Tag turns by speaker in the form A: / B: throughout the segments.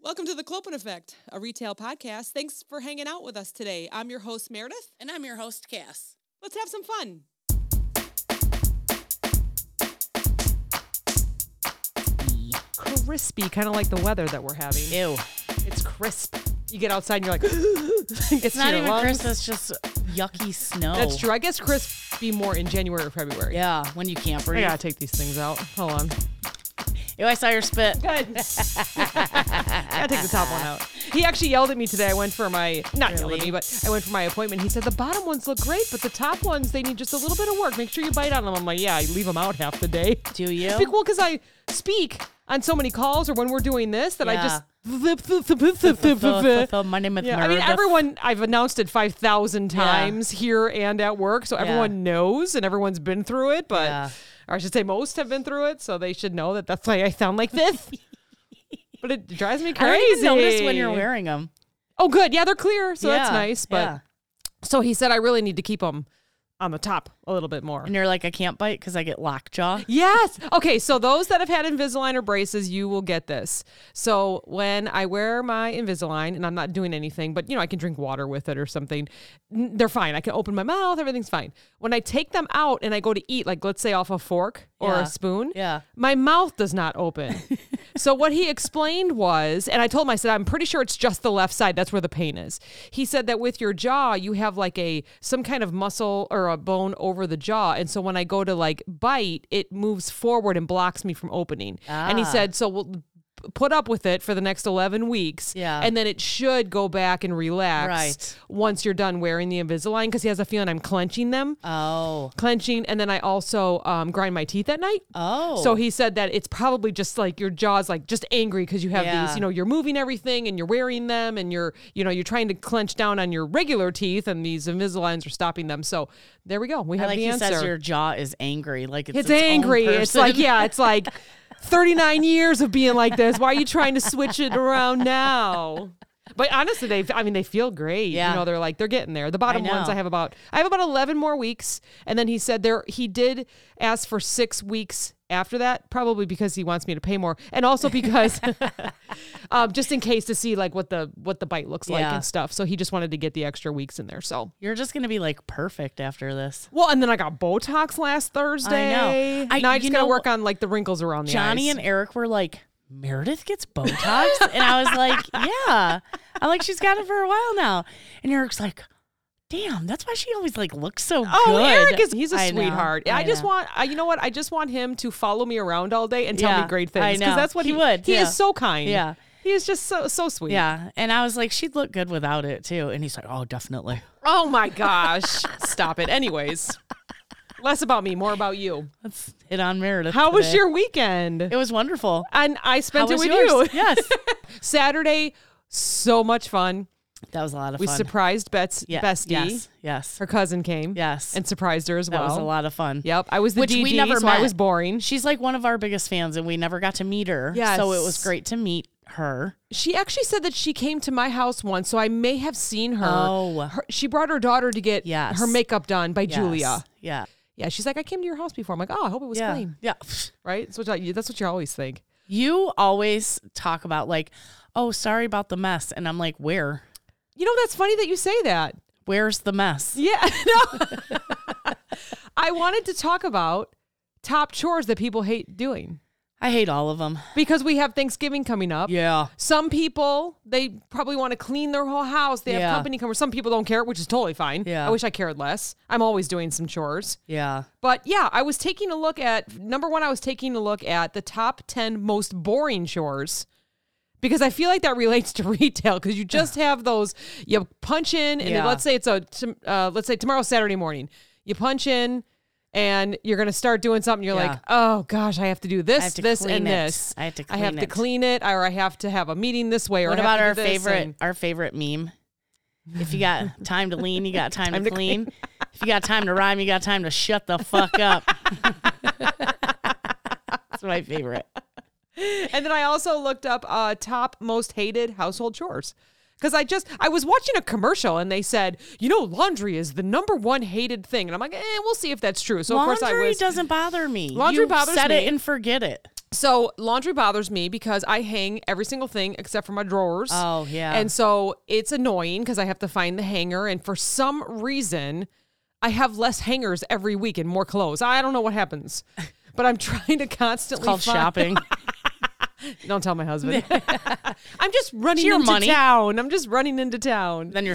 A: Welcome to the Clopen Effect, a retail podcast. Thanks for hanging out with us today. I'm your host, Meredith.
B: And I'm your host, Cass.
A: Let's have some fun. Crispy, kind of like the weather that we're having.
B: Ew.
A: It's crisp. You get outside and you're like, it's
B: It's not even crisp, it's just yucky snow.
A: That's true. I guess crisp be more in January or February.
B: Yeah, when you can't
A: I
B: breathe.
A: gotta take these things out. Hold on.
B: Ew, I saw your spit.
A: Good. I gotta take the top one out. He actually yelled at me today. I went for my not yelled at
B: Really?
A: me, but I went for my appointment. He said the bottom ones look great, but the top ones they need just a little bit of work. Make sure you bite on them. I'm like, yeah, I leave them out half the day.
B: Do you?
A: Be cool because I speak on so many calls or when we're doing this that I just.
B: Th- th- My name is
A: Yeah, I mean,
B: Meredith.
A: everyone, I've announced it 5,000 times here and at work. So everyone knows and everyone's been through it, but
B: Yeah.
A: or I should say most have been through it. So they should know that that's why I sound like this. but it drives me
B: I
A: crazy.
B: don't even notice when you're wearing them.
A: Oh, good. Yeah, they're clear. So that's
B: Yeah,
A: nice. But
B: yeah.
A: so he said, I really need to keep them on the top a little bit more.
B: And you're like, I can't bite because I get lockjaw.
A: Yes. Okay. So those that have had Invisalign or braces, you will get this. So when I wear my Invisalign and I'm not doing anything, but you know I can drink water with it or something, n- they're fine. I can open my mouth. Everything's fine. When I take them out and I go to eat, like let's say off a fork or
B: Yeah.
A: a spoon,
B: Yeah.
A: my mouth does not open. so what he explained was, and I told him, I said, I'm pretty sure it's just the left side. That's where the pain is. He said that with your jaw, you have like a some kind of muscle or a bone over the jaw, and so when I go to like bite, it moves forward and blocks me from opening. And he
B: Ah.
A: said, so we'll p- put up with it for the next 11 weeks
B: Yeah.
A: and then it should go back and relax
B: Right.
A: once you're done wearing the invisalign because he has a feeling i'm clenching them
B: Oh.
A: clenching and then i also um, grind my teeth at night
B: Oh.
A: so he said that it's probably just like your jaw's like just angry because you have these,
B: Yeah.
A: you know, you're moving everything and you're wearing them and you're, you know, you're trying to clench down on your regular teeth and these Invisaligns are stopping them. So there we go. We have
B: like
A: the
B: he
A: answer.
B: says your jaw is angry. Like it's
A: it's
B: its own
A: angry. It's like,
B: person.
A: yeah, it's like 39 years of being like this. Why are you trying to switch it around now? But honestly, they, I mean, they feel great.
B: Yeah.
A: You know, they're like, they're getting there. The bottom ones
B: know.
A: I have about, I have about 11 more weeks. And then he said there, he did ask for six weeks after that, probably because he wants me to pay more. And also because, um, just in case to see like what the, what the bite looks like
B: Yeah.
A: and stuff. So he just wanted to get the extra weeks in there. So,
B: You're just gonna be like perfect after this.
A: well, and then I got Botox last Thursday.
B: I-
A: now I
B: you
A: just gotta
B: know-
A: work on like the wrinkles around the
B: Johnny
A: eyes.
B: and Eric were like, Meredith gets Botox? and I was like, yeah. I'm like, she's got it for a while now. And Eric's like, damn, that's why she always like looks so good.
A: Oh, Eric is he's a
B: I know,
A: sweetheart. I, just
B: know.
A: want I, you know what? I just want him to follow me around all day and tell
B: Yeah,
A: me great
B: I
A: things
B: know.
A: that's what he,
B: He would,
A: He
B: yeah.
A: is so kind.
B: Yeah.
A: He is just so so sweet.
B: Yeah. And I was like, she'd look good without it too. And he's like, oh, definitely.
A: Oh my gosh. Stop it. Anyways. Less about me, more about you.
B: Let's hit on Meredith.
A: How was
B: today.
A: your weekend?
B: It was wonderful.
A: and I
B: How
A: spent it
B: was
A: with
B: yours?
A: you.
B: Yes.
A: Saturday, so much fun.
B: That was a lot of
A: We
B: fun.
A: surprised Bets
B: Yeah,
A: Bestie.
B: Yes. Yes.
A: Her cousin came.
B: Yes.
A: And surprised her as
B: that
A: well.
B: was a lot of fun.
A: Yep. I was the
B: Which
A: DD,
B: we never
A: so I
B: met.
A: was boring.
B: She's like one of our biggest fans, and we never got to meet her.
A: Yes.
B: So it was great to meet her.
A: She actually said that she came to my house once, so I may have seen her.
B: Oh.
A: Her- she brought her daughter to get
B: Yes.
A: her makeup done by Julia.
B: Yes. Yeah.
A: Yeah, she's like, I came to your house before. I'm like, oh, I hope it was
B: Yeah.
A: clean,
B: Yeah.
A: right? That's what, I, that's what you always think.
B: You always talk about like, oh, sorry about the mess. And I'm like, where?
A: You know, that's funny that you say that.
B: Where's the mess?
A: Yeah, I know. I wanted to talk about top chores that people hate doing
B: I hate all of them.
A: because we have Thanksgiving coming up.
B: Yeah.
A: Some people they probably want to clean their whole house. They have
B: Yeah.
A: company come. or Some people don't care, which is totally fine.
B: Yeah.
A: I wish I cared less. I'm always doing some chores.
B: Yeah.
A: But yeah, I was taking a look at number one, I was taking a look at the top 10 most boring chores because I feel like that relates to retail because you just have those you punch in and then
B: Yeah.
A: let's say it's a tom- uh, let's say tomorrow Saturday morning you punch in and you're gonna start doing something you're
B: Yeah.
A: like oh gosh I have to do this
B: have to
A: this
B: clean
A: and
B: it.
A: this
B: I have to
A: I have
B: clean
A: to
B: it."
A: clean it or I have to have a meeting this way or
B: What
A: I have
B: about
A: to do
B: our
A: this
B: favorite
A: and-
B: our favorite meme? If you got time to lean, you got time,
A: Time
B: to,
A: to
B: clean. if you got time to rhyme, you got time to shut the fuck up. That's my favorite.
A: And then I also looked up uh, top most hated household chores. Because I just, I was watching a commercial and they said, you know, laundry is the number one hated thing. And I'm like, eh, we'll see if that's true. So,
B: Laundry
A: of course, I was.
B: doesn't bother me.
A: Laundry
B: You
A: bothers
B: set
A: me.
B: it and forget it.
A: So laundry bothers me because I hang every single thing except for my drawers.
B: Oh, yeah.
A: And so it's annoying because I have to find the hanger. And for some reason, I have less hangers every week and more clothes. I don't know what happens, but I'm trying to constantly
B: called
A: find-
B: shopping.
A: Don't tell my husband. I'm just running
B: your
A: into
B: money.
A: town. I'm just running into town.
B: then you're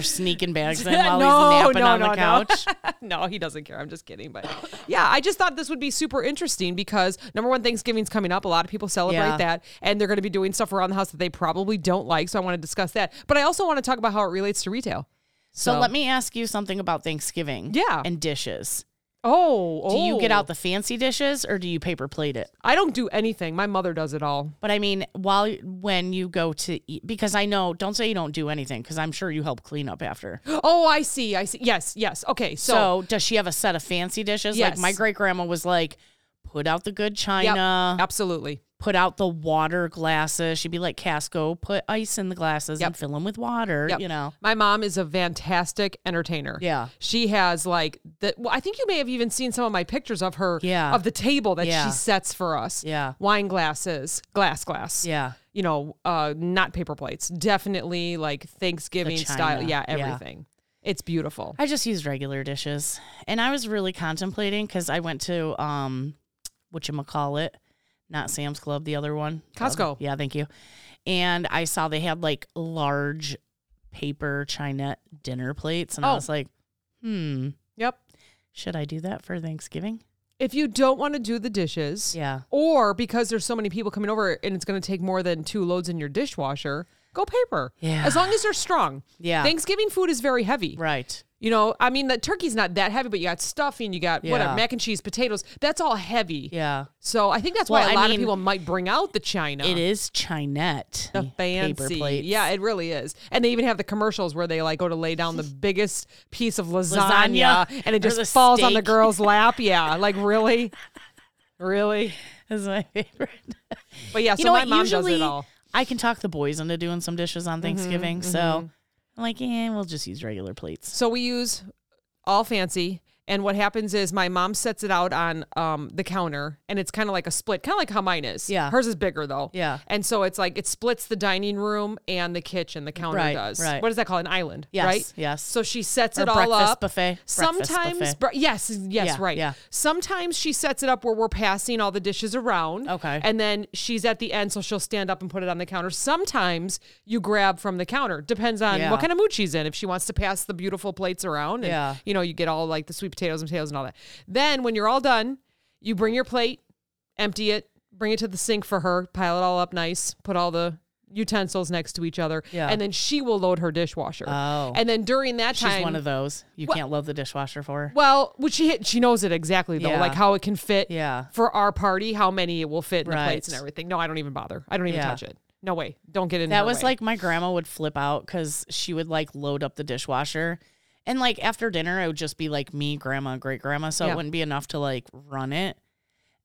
B: sneaking bags in while
A: No,
B: he's napping
A: no,
B: on
A: no,
B: the
A: no.
B: couch.
A: no, he doesn't care. I'm just kidding. But yeah, I just thought this would be super interesting because number one, Thanksgiving's coming up. A lot of people celebrate
B: Yeah.
A: that and they're going to be doing stuff around the house that they probably don't like. So I want to discuss that. But I also want to talk about how it relates to retail.
B: So,
A: So-
B: let me ask you something about Thanksgiving.
A: Yeah.
B: And dishes.
A: Oh,
B: Do you get
A: oh.
B: out the fancy dishes or do you paper plate it?
A: I don't do anything. My mother does it all.
B: But I mean, while when you go to eat, because I know, don't say you don't do anything, because I'm sure you help clean up after. So,
A: Oh, I see. I see. Yes, yes. Okay. So,
B: does she have a set of fancy dishes? Like
A: Yes.
B: my great grandma was like, put out the good
A: yep,
B: china,
A: absolutely.
B: put out the water glasses. She'd be like, Casco, put ice in the glasses and
A: Yep.
B: fill them with water.
A: Yep.
B: You know,
A: My mom is a fantastic entertainer.
B: Yeah.
A: She has like the well, I think you may have even seen some of my pictures of her
B: Yeah.
A: of the table that
B: Yeah.
A: she sets for us.
B: Yeah.
A: Wine glasses, glass glass.
B: yeah.
A: You know, uh not paper plates. Definitely like Thanksgiving style.
B: china.
A: Yeah,
B: Yeah.
A: everything. It's beautiful.
B: I just use regular dishes. And I was really contemplating because I went to um whatchamacallit, not Sam's Club, the other one.
A: Costco.
B: Yeah, thank you. And I saw they had like large paper china dinner plates. And I
A: Oh.
B: was like, hmm,
A: Yep.
B: should I do that for Thanksgiving?
A: If you don't want to do the dishes
B: Yeah.
A: or because there's so many people coming over and it's going to take more than two loads in your dishwasher, go paper.
B: Yeah.
A: As long as they're strong.
B: Yeah.
A: Thanksgiving food is very heavy.
B: right.
A: You know, I mean, the turkey's not that heavy, but you got stuffing, you got
B: Yeah.
A: whatever, mac and cheese, potatoes. That's all heavy.
B: Yeah.
A: So I think that's
B: Well,
A: why
B: I
A: a lot
B: mean,
A: of people might bring out the china.
B: It is chinette.
A: The
B: Paper
A: fancy.
B: plates.
A: Yeah, it really is. And they even have the commercials where they like go to lay down the biggest piece of
B: Lasagna.
A: lasagna, and
B: Or
A: it
B: the
A: just falls on the
B: steak.
A: girl's lap. Yeah, like really? Really?
B: Is my favorite.
A: But yeah, so
B: you know
A: my
B: what?
A: mom
B: Usually,
A: does it all. Mm-hmm,
B: I can talk the boys into doing some dishes on Thanksgiving. So I'm like, eh, we'll just use regular plates.
A: So we use all fancy. And what happens is my mom sets it out on um, the counter and it's kind of like a split, kind of like how mine is.
B: Yeah.
A: Hers is bigger though.
B: Yeah.
A: And so it's like it splits the dining room and the kitchen, the counter
B: Right,
A: does.
B: right.
A: What is that called? An island,
B: Yes,
A: right?
B: yes.
A: So she sets
B: Or
A: it all
B: breakfast
A: up.
B: buffet. Breakfast
A: Sometimes,
B: buffet.
A: bre- yes, yes,
B: Yeah,
A: right.
B: yeah.
A: Sometimes she sets it up where we're passing all the dishes around.
B: Okay.
A: And then she's at the end, so she'll stand up and put it on the counter. Sometimes you grab from the counter. Depends on
B: Yeah.
A: what kind of mood she's in. If she wants to pass the beautiful plates around, and,
B: Yeah.
A: you know, you get all like the sweet potatoes and potatoes and all that. Then when you're all done, you bring your plate, empty it, bring it to the sink for her, pile it all up nice, put all the utensils next to each other,
B: Yeah.
A: and then she will load her dishwasher.
B: Oh.
A: And then during that
B: She's
A: time,
B: one of those. You can't load the dishwasher for.
A: well, which she hit, she knows it exactly though,
B: Yeah.
A: like how it can fit.
B: Yeah.
A: For our party, how many it will fit in
B: Right.
A: the plates and everything. No, I don't even bother. I don't even
B: Yeah.
A: touch it. No way. Don't get in.
B: That
A: her
B: was
A: way.
B: like my grandma would flip out because she would like load up the dishwasher. And like after dinner, it would just be like me, grandma, and great grandma. So it
A: Yeah.
B: wouldn't be enough to like run it.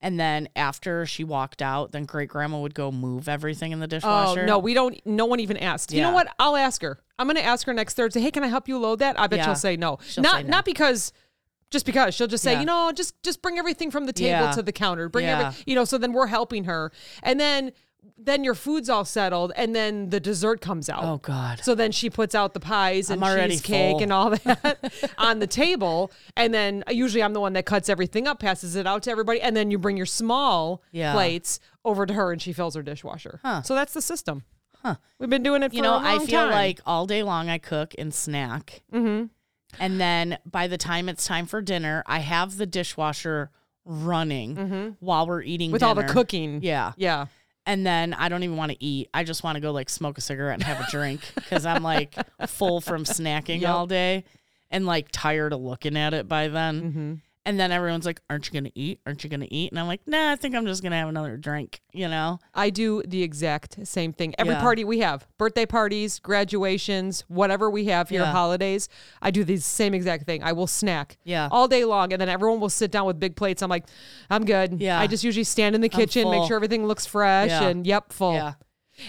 B: And then after she walked out, then great grandma would go move everything in the
A: oh
B: dishwasher.
A: no, we don't. No one even asked. You
B: Yeah.
A: know what? I'll ask her. I'm gonna ask her next Thursday. Hey, can I help you load that? I bet
B: Yeah.
A: she'll say no.
B: She'll
A: not
B: say no.
A: not because. Just because she'll just say,
B: Yeah.
A: you know, just just bring everything from the table
B: Yeah.
A: to the counter, bring
B: Yeah.
A: every, you know. So then we're helping her, and then then your food's all settled, and then the dessert comes out.
B: Oh, God.
A: So then she puts out the pies and
B: I'm already
A: cheesecake
B: full.
A: and all that on the table. And then usually I'm the one that cuts everything up, passes it out to everybody. And then you bring your small
B: Yeah.
A: plates over to her and she fills her dishwasher. So that's the system.
B: Huh.
A: We've been doing it for
B: you know,
A: a long
B: I feel
A: time. Mm-hmm.
B: like all day long I cook and snack. And then by the time it's time for dinner, I have the dishwasher running while we're eating
A: Mm-hmm. with all the
B: dinner.
A: cooking.
B: Yeah.
A: Yeah.
B: And then I don't even want to eat. I just want to go like smoke a cigarette and have a drink because I'm like full from snacking all day and like tired of looking at it by then.
A: Mm-hmm.
B: And then everyone's like, Aren't you going to eat? Aren't you going to eat? And I'm like, Nah, I think I'm just going to have another drink, you know?
A: I do the exact same thing. Every
B: Yeah.
A: party we have, birthday parties, graduations, whatever we have here,
B: Yeah.
A: holidays, I do the same exact thing. I will snack
B: Yeah.
A: all day long, and then everyone will sit down with big plates. I'm like, I'm good.
B: Yeah.
A: I just usually stand in the kitchen, make
B: full.
A: sure everything looks fresh,
B: Yeah.
A: and yep, full.
B: Yeah.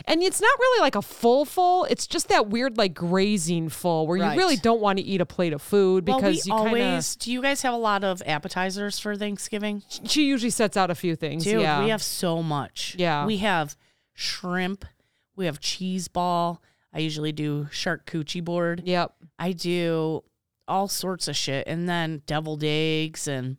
A: And it's not really like a full full. It's just that weird like grazing full where
B: Right.
A: you really don't want to eat a plate of food
B: Well, we
A: because you kind of.
B: always do. You guys have a lot of appetizers for Thanksgiving,
A: She usually sets out a few things.
B: dude.
A: yeah.
B: We have so much.
A: Yeah.
B: we have shrimp. We have cheese ball. I usually do shark coochie board.
A: Yep.
B: I do all sorts of shit, and then deviled eggs and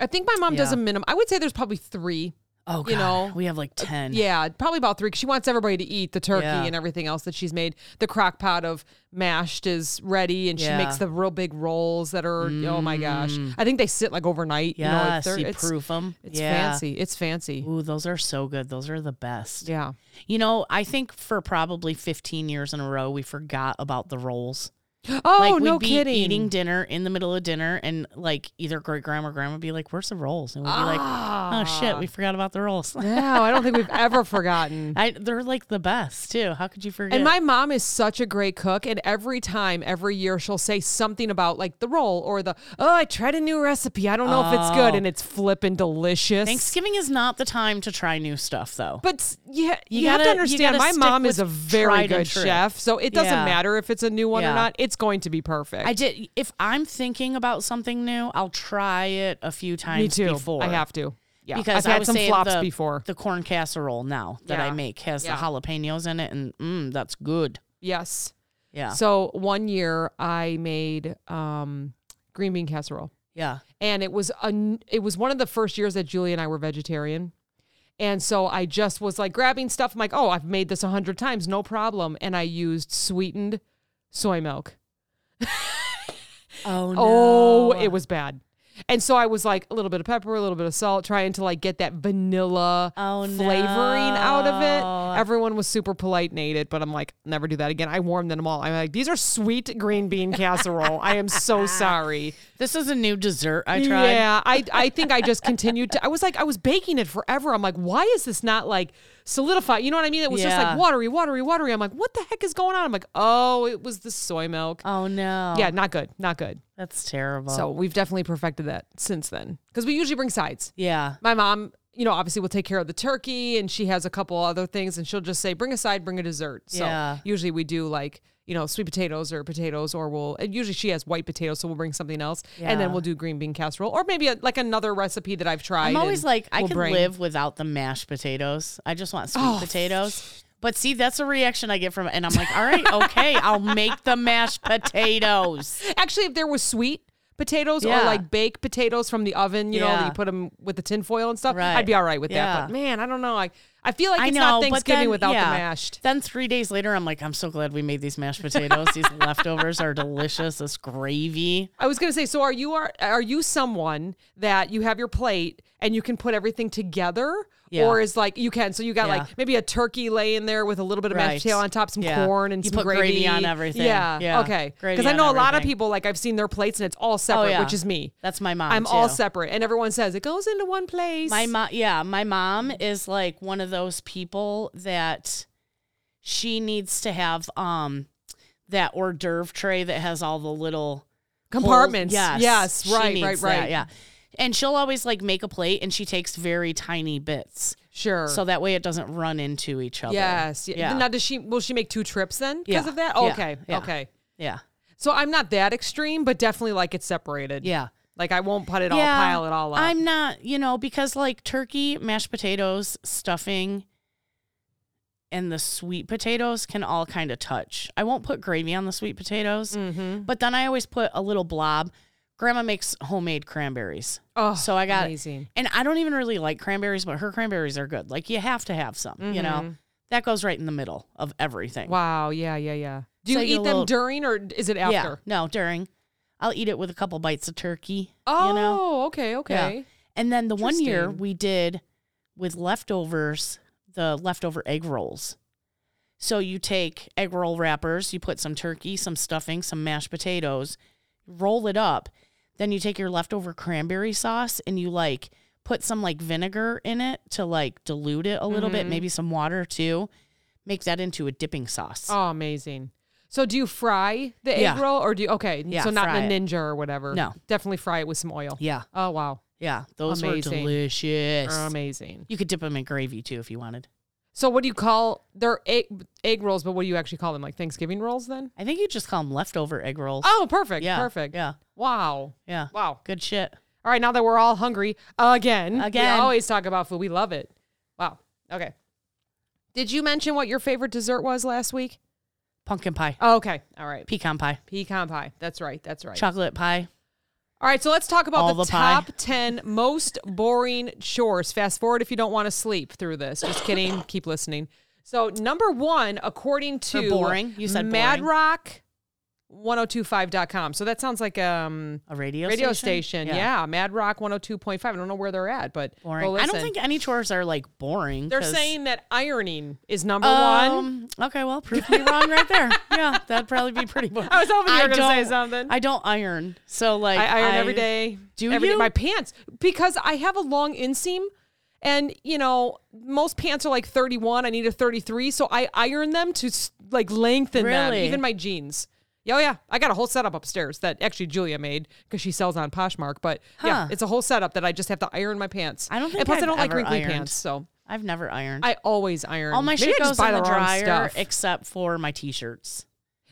A: I think my mom does
B: Yeah.
A: a minimum. I would say there's probably three.
B: oh, God,
A: You know, uh,
B: we have like ten.
A: Yeah, probably about three. 'cause she wants everybody to eat the turkey
B: Yeah.
A: and everything else that she's made. The crock pot of mashed is ready, and she
B: Yeah.
A: makes the real big rolls that are. Oh my gosh!
B: Mm.
A: I think they sit like overnight. you know, like
B: yes, you,
A: they're- it's
B: proof them.
A: it's fancy. It's fancy.
B: Ooh, those are so good. Those are the best.
A: Yeah.
B: You know, I think for probably 15 years in a row, we forgot about the rolls.
A: Oh
B: like,
A: no
B: we'd be
A: kidding!
B: eating dinner in the middle of dinner, and like either great grandma or grandma would be like, Where's the rolls? And we'd be like,
A: ah.
B: Oh shit, we forgot about the rolls.
A: no, I don't think we've ever forgotten.
B: I, they're like the best too. How could you forget?
A: And my mom is such a great cook, and every time, every year, she'll say something about like the roll or the oh, I tried a new recipe. I don't know if it's good,
B: Oh.
A: and it's flippin' delicious.
B: Thanksgiving is not the time to try new stuff though.
A: But s- yeah, you,
B: You
A: have to
B: gotta- you
A: understand.
B: gotta
A: My
B: stick
A: mom is a
B: with
A: very
B: tried and
A: good
B: true.
A: chef, so it doesn't
B: Yeah.
A: matter if it's a new one or
B: Yeah.
A: not. It's going to be perfect.
B: I did. If I'm thinking about something new, I'll try it a few times
A: Me too.
B: before.
A: I have to. Yeah,
B: because
A: I've
B: I
A: had
B: was
A: some
B: saying
A: flops
B: the,
A: before.
B: The corn casserole now that I
A: Yeah.
B: make has
A: Yeah.
B: the jalapenos in it, and mm, that's good.
A: yes.
B: Yeah,
A: So one year I made um, green bean casserole.
B: yeah.
A: and it was a, it was one of the first years that Julie and I were vegetarian. And so I just was like grabbing stuff. I'm like, oh, I've made this a hundred times, no problem. And I used sweetened soy milk.
B: Oh
A: Oh, it was bad. And so I was like a little bit of pepper, a little bit of salt, trying to like get that vanilla
B: Oh,
A: flavoring out of
B: no.
A: it. Everyone was super polite and ate it, but I'm like, never do that again. I warned them all. I'm like, these are sweet green bean casserole. I am so sorry.
B: This is a new dessert I tried.
A: Yeah, I I think I just continued to. I was like, I was baking it forever. I'm like, why is this not like solidified? You know what I mean? It was just
B: Yeah.
A: like watery, watery, watery. I'm like, what the heck is going on? I'm like, oh, it was the soy milk.
B: Oh no.
A: Yeah, not good, not good.
B: that's terrible.
A: So we've definitely perfected that since then because we usually bring sides.
B: yeah,
A: My mom, you know, obviously will take care of the turkey, and she has a couple other things, and she'll just say, bring a side, bring a dessert. So
B: Yeah.
A: usually we do like. You know, sweet potatoes or potatoes, or we'll and usually she has white potatoes, so we'll bring something else, and then
B: Yeah.
A: we'll do green bean casserole, or maybe a, like another recipe that I've tried.
B: I'm always
A: and
B: like I
A: we'll
B: can
A: bring-
B: live without the mashed potatoes. I just want sweet
A: Oh.
B: potatoes. But see, that's a reaction I get from it, and I'm like, all right, okay, I'll make the mashed potatoes.
A: Actually, if there was sweet potatoes or
B: Yeah.
A: like baked potatoes from the oven, you know, that
B: Yeah.
A: you put them with the tinfoil and stuff, I'd
B: Right.
A: be all right with
B: Yeah.
A: that. But man, I don't know. I I feel like
B: I
A: it's
B: know,
A: not
B: but
A: Thanksgiving
B: then-
A: without
B: yeah.
A: the mashed.
B: Then three days later, I'm like, I'm so glad we made these mashed potatoes. These leftovers are delicious. This gravy.
A: I was gonna say, so are you are are you someone that you have your plate and you can put everything together?
B: Yeah.
A: Or is like you can so you got
B: Yeah.
A: like maybe a turkey lay in there with a little bit of
B: Right.
A: mashed potato on top, some
B: Yeah.
A: corn and
B: You
A: some
B: put gravy on everything.
A: Yeah,
B: Yeah.
A: okay. Because
B: Gravy
A: I
B: on
A: know a lot of
B: everything. Oh,
A: people like I've seen their plates and it's all separate,
B: yeah.
A: which is me.
B: That's my mom.
A: I'm all
B: too.
A: separate, and everyone says it goes into one place.
B: My mom, yeah, my mom is like one of those people that she needs to have um that hors d'oeuvre tray that has all the little holes.
A: compartments.
B: Yes,
A: yes,
B: she
A: right,
B: needs
A: right,
B: that,
A: right.
B: yeah, and she'll always like make a plate, and she takes very tiny bits,
A: sure.
B: so that way it doesn't run into each other.
A: yes, yeah.
B: yeah,
A: Now does she? Will she make two trips then because
B: Yeah,
A: of that? Oh,
B: yeah,
A: okay,
B: yeah.
A: okay.
B: yeah,
A: So I'm not that extreme, but definitely like it's separated.
B: yeah.
A: Like I won't put it all,
B: yeah,
A: pile it all up.
B: I'm not, you know, because like turkey, mashed potatoes, stuffing, and the sweet potatoes can all kind of touch. I won't put gravy on the sweet potatoes,
A: Mm-hmm.
B: but then I always put a little blob. Grandma makes homemade cranberries.
A: Oh,
B: So I got-
A: amazing.
B: And I don't even really like cranberries, but her cranberries are good. Like you have to have some, you know.
A: Mhm.
B: That goes right in the middle of everything.
A: Wow. Yeah. Yeah. Yeah. Do you
B: So
A: eat
B: you're
A: them
B: a little-
A: during or is it after?
B: Yeah. No, during. I'll eat it with a couple bites of turkey.
A: Oh,
B: you know?
A: okay. Okay.
B: And then the one year
A: Interesting.
B: we did with leftovers, the leftover egg rolls. So you take egg roll wrappers, you put some turkey, some stuffing, some mashed potatoes, roll it up. Then you take your leftover cranberry sauce and you like put some like vinegar in it to like dilute it a little
A: Mm-hmm.
B: bit, maybe some water too. Make that into a dipping sauce.
A: Oh, amazing. So do you fry the egg
B: Yeah.
A: roll or do you, okay.
B: Yeah,
A: so not
B: fry
A: in a
B: it.
A: ninja or whatever.
B: No.
A: Definitely fry it with some oil.
B: Yeah.
A: Oh, wow.
B: Yeah. Those
A: Amazing.
B: were delicious.
A: Amazing.
B: you could dip them in gravy too if you wanted.
A: So what do you call they're egg, egg rolls, but what do you actually call them? Like Thanksgiving rolls then?
B: I think you just call them leftover egg rolls.
A: Oh, perfect.
B: yeah,
A: Perfect.
B: Yeah,
A: Wow.
B: yeah.
A: Wow.
B: Good shit.
A: All right, now that we're all hungry again.
B: Again.
A: We always talk about food. We love it. Wow. Okay. Did you mention what your favorite dessert was last week?
B: Pumpkin pie,
A: Oh, okay. All right.
B: pecan pie,
A: Pecan pie. That's right. That's right.
B: chocolate pie.
A: All right, so let's talk about
B: All
A: the,
B: the pie.
A: top 10 most boring chores. Fast forward if you don't want to sleep through this. Just kidding. Keep listening. So, number one, according to
B: boring? You said boring.
A: madrock1025.com. So, that sounds like um,
B: A radio
A: radio
B: station?
A: station. Yeah. madrock 102.5. I don't know where they're at, but go
B: boring. I don't
A: listen.
B: think any chores are like boring.
A: they're
B: 'cause-
A: saying that ironing is number one.
B: Um, okay, well, prove me wrong right there. Yeah, that'd probably be pretty boring.
A: I was hoping you
B: I
A: were going to say
B: don't-
A: something.
B: I don't iron, so like
A: I iron every day.
B: Do
A: every day
B: you?
A: my pants because I have a long inseam, and you know most pants are like 31. I need a 33, so I iron them to s- like lengthen them.
B: Really?
A: Even my jeans. Yeah, oh yeah, I got a whole setup upstairs that actually Julia made because she sells on Poshmark. But
B: Huh.
A: yeah, it's a whole setup that I just have to iron my pants.
B: I don't
A: and
B: think
A: plus
B: I've
A: I don't like
B: ever
A: wrinkly
B: ironed.
A: pants, so
B: I've never ironed.
A: I always iron.
B: All my
A: Maybe
B: shit
A: I just
B: goes
A: buy
B: in the,
A: the wrong
B: dryer
A: stuff.
B: except for my t-shirts.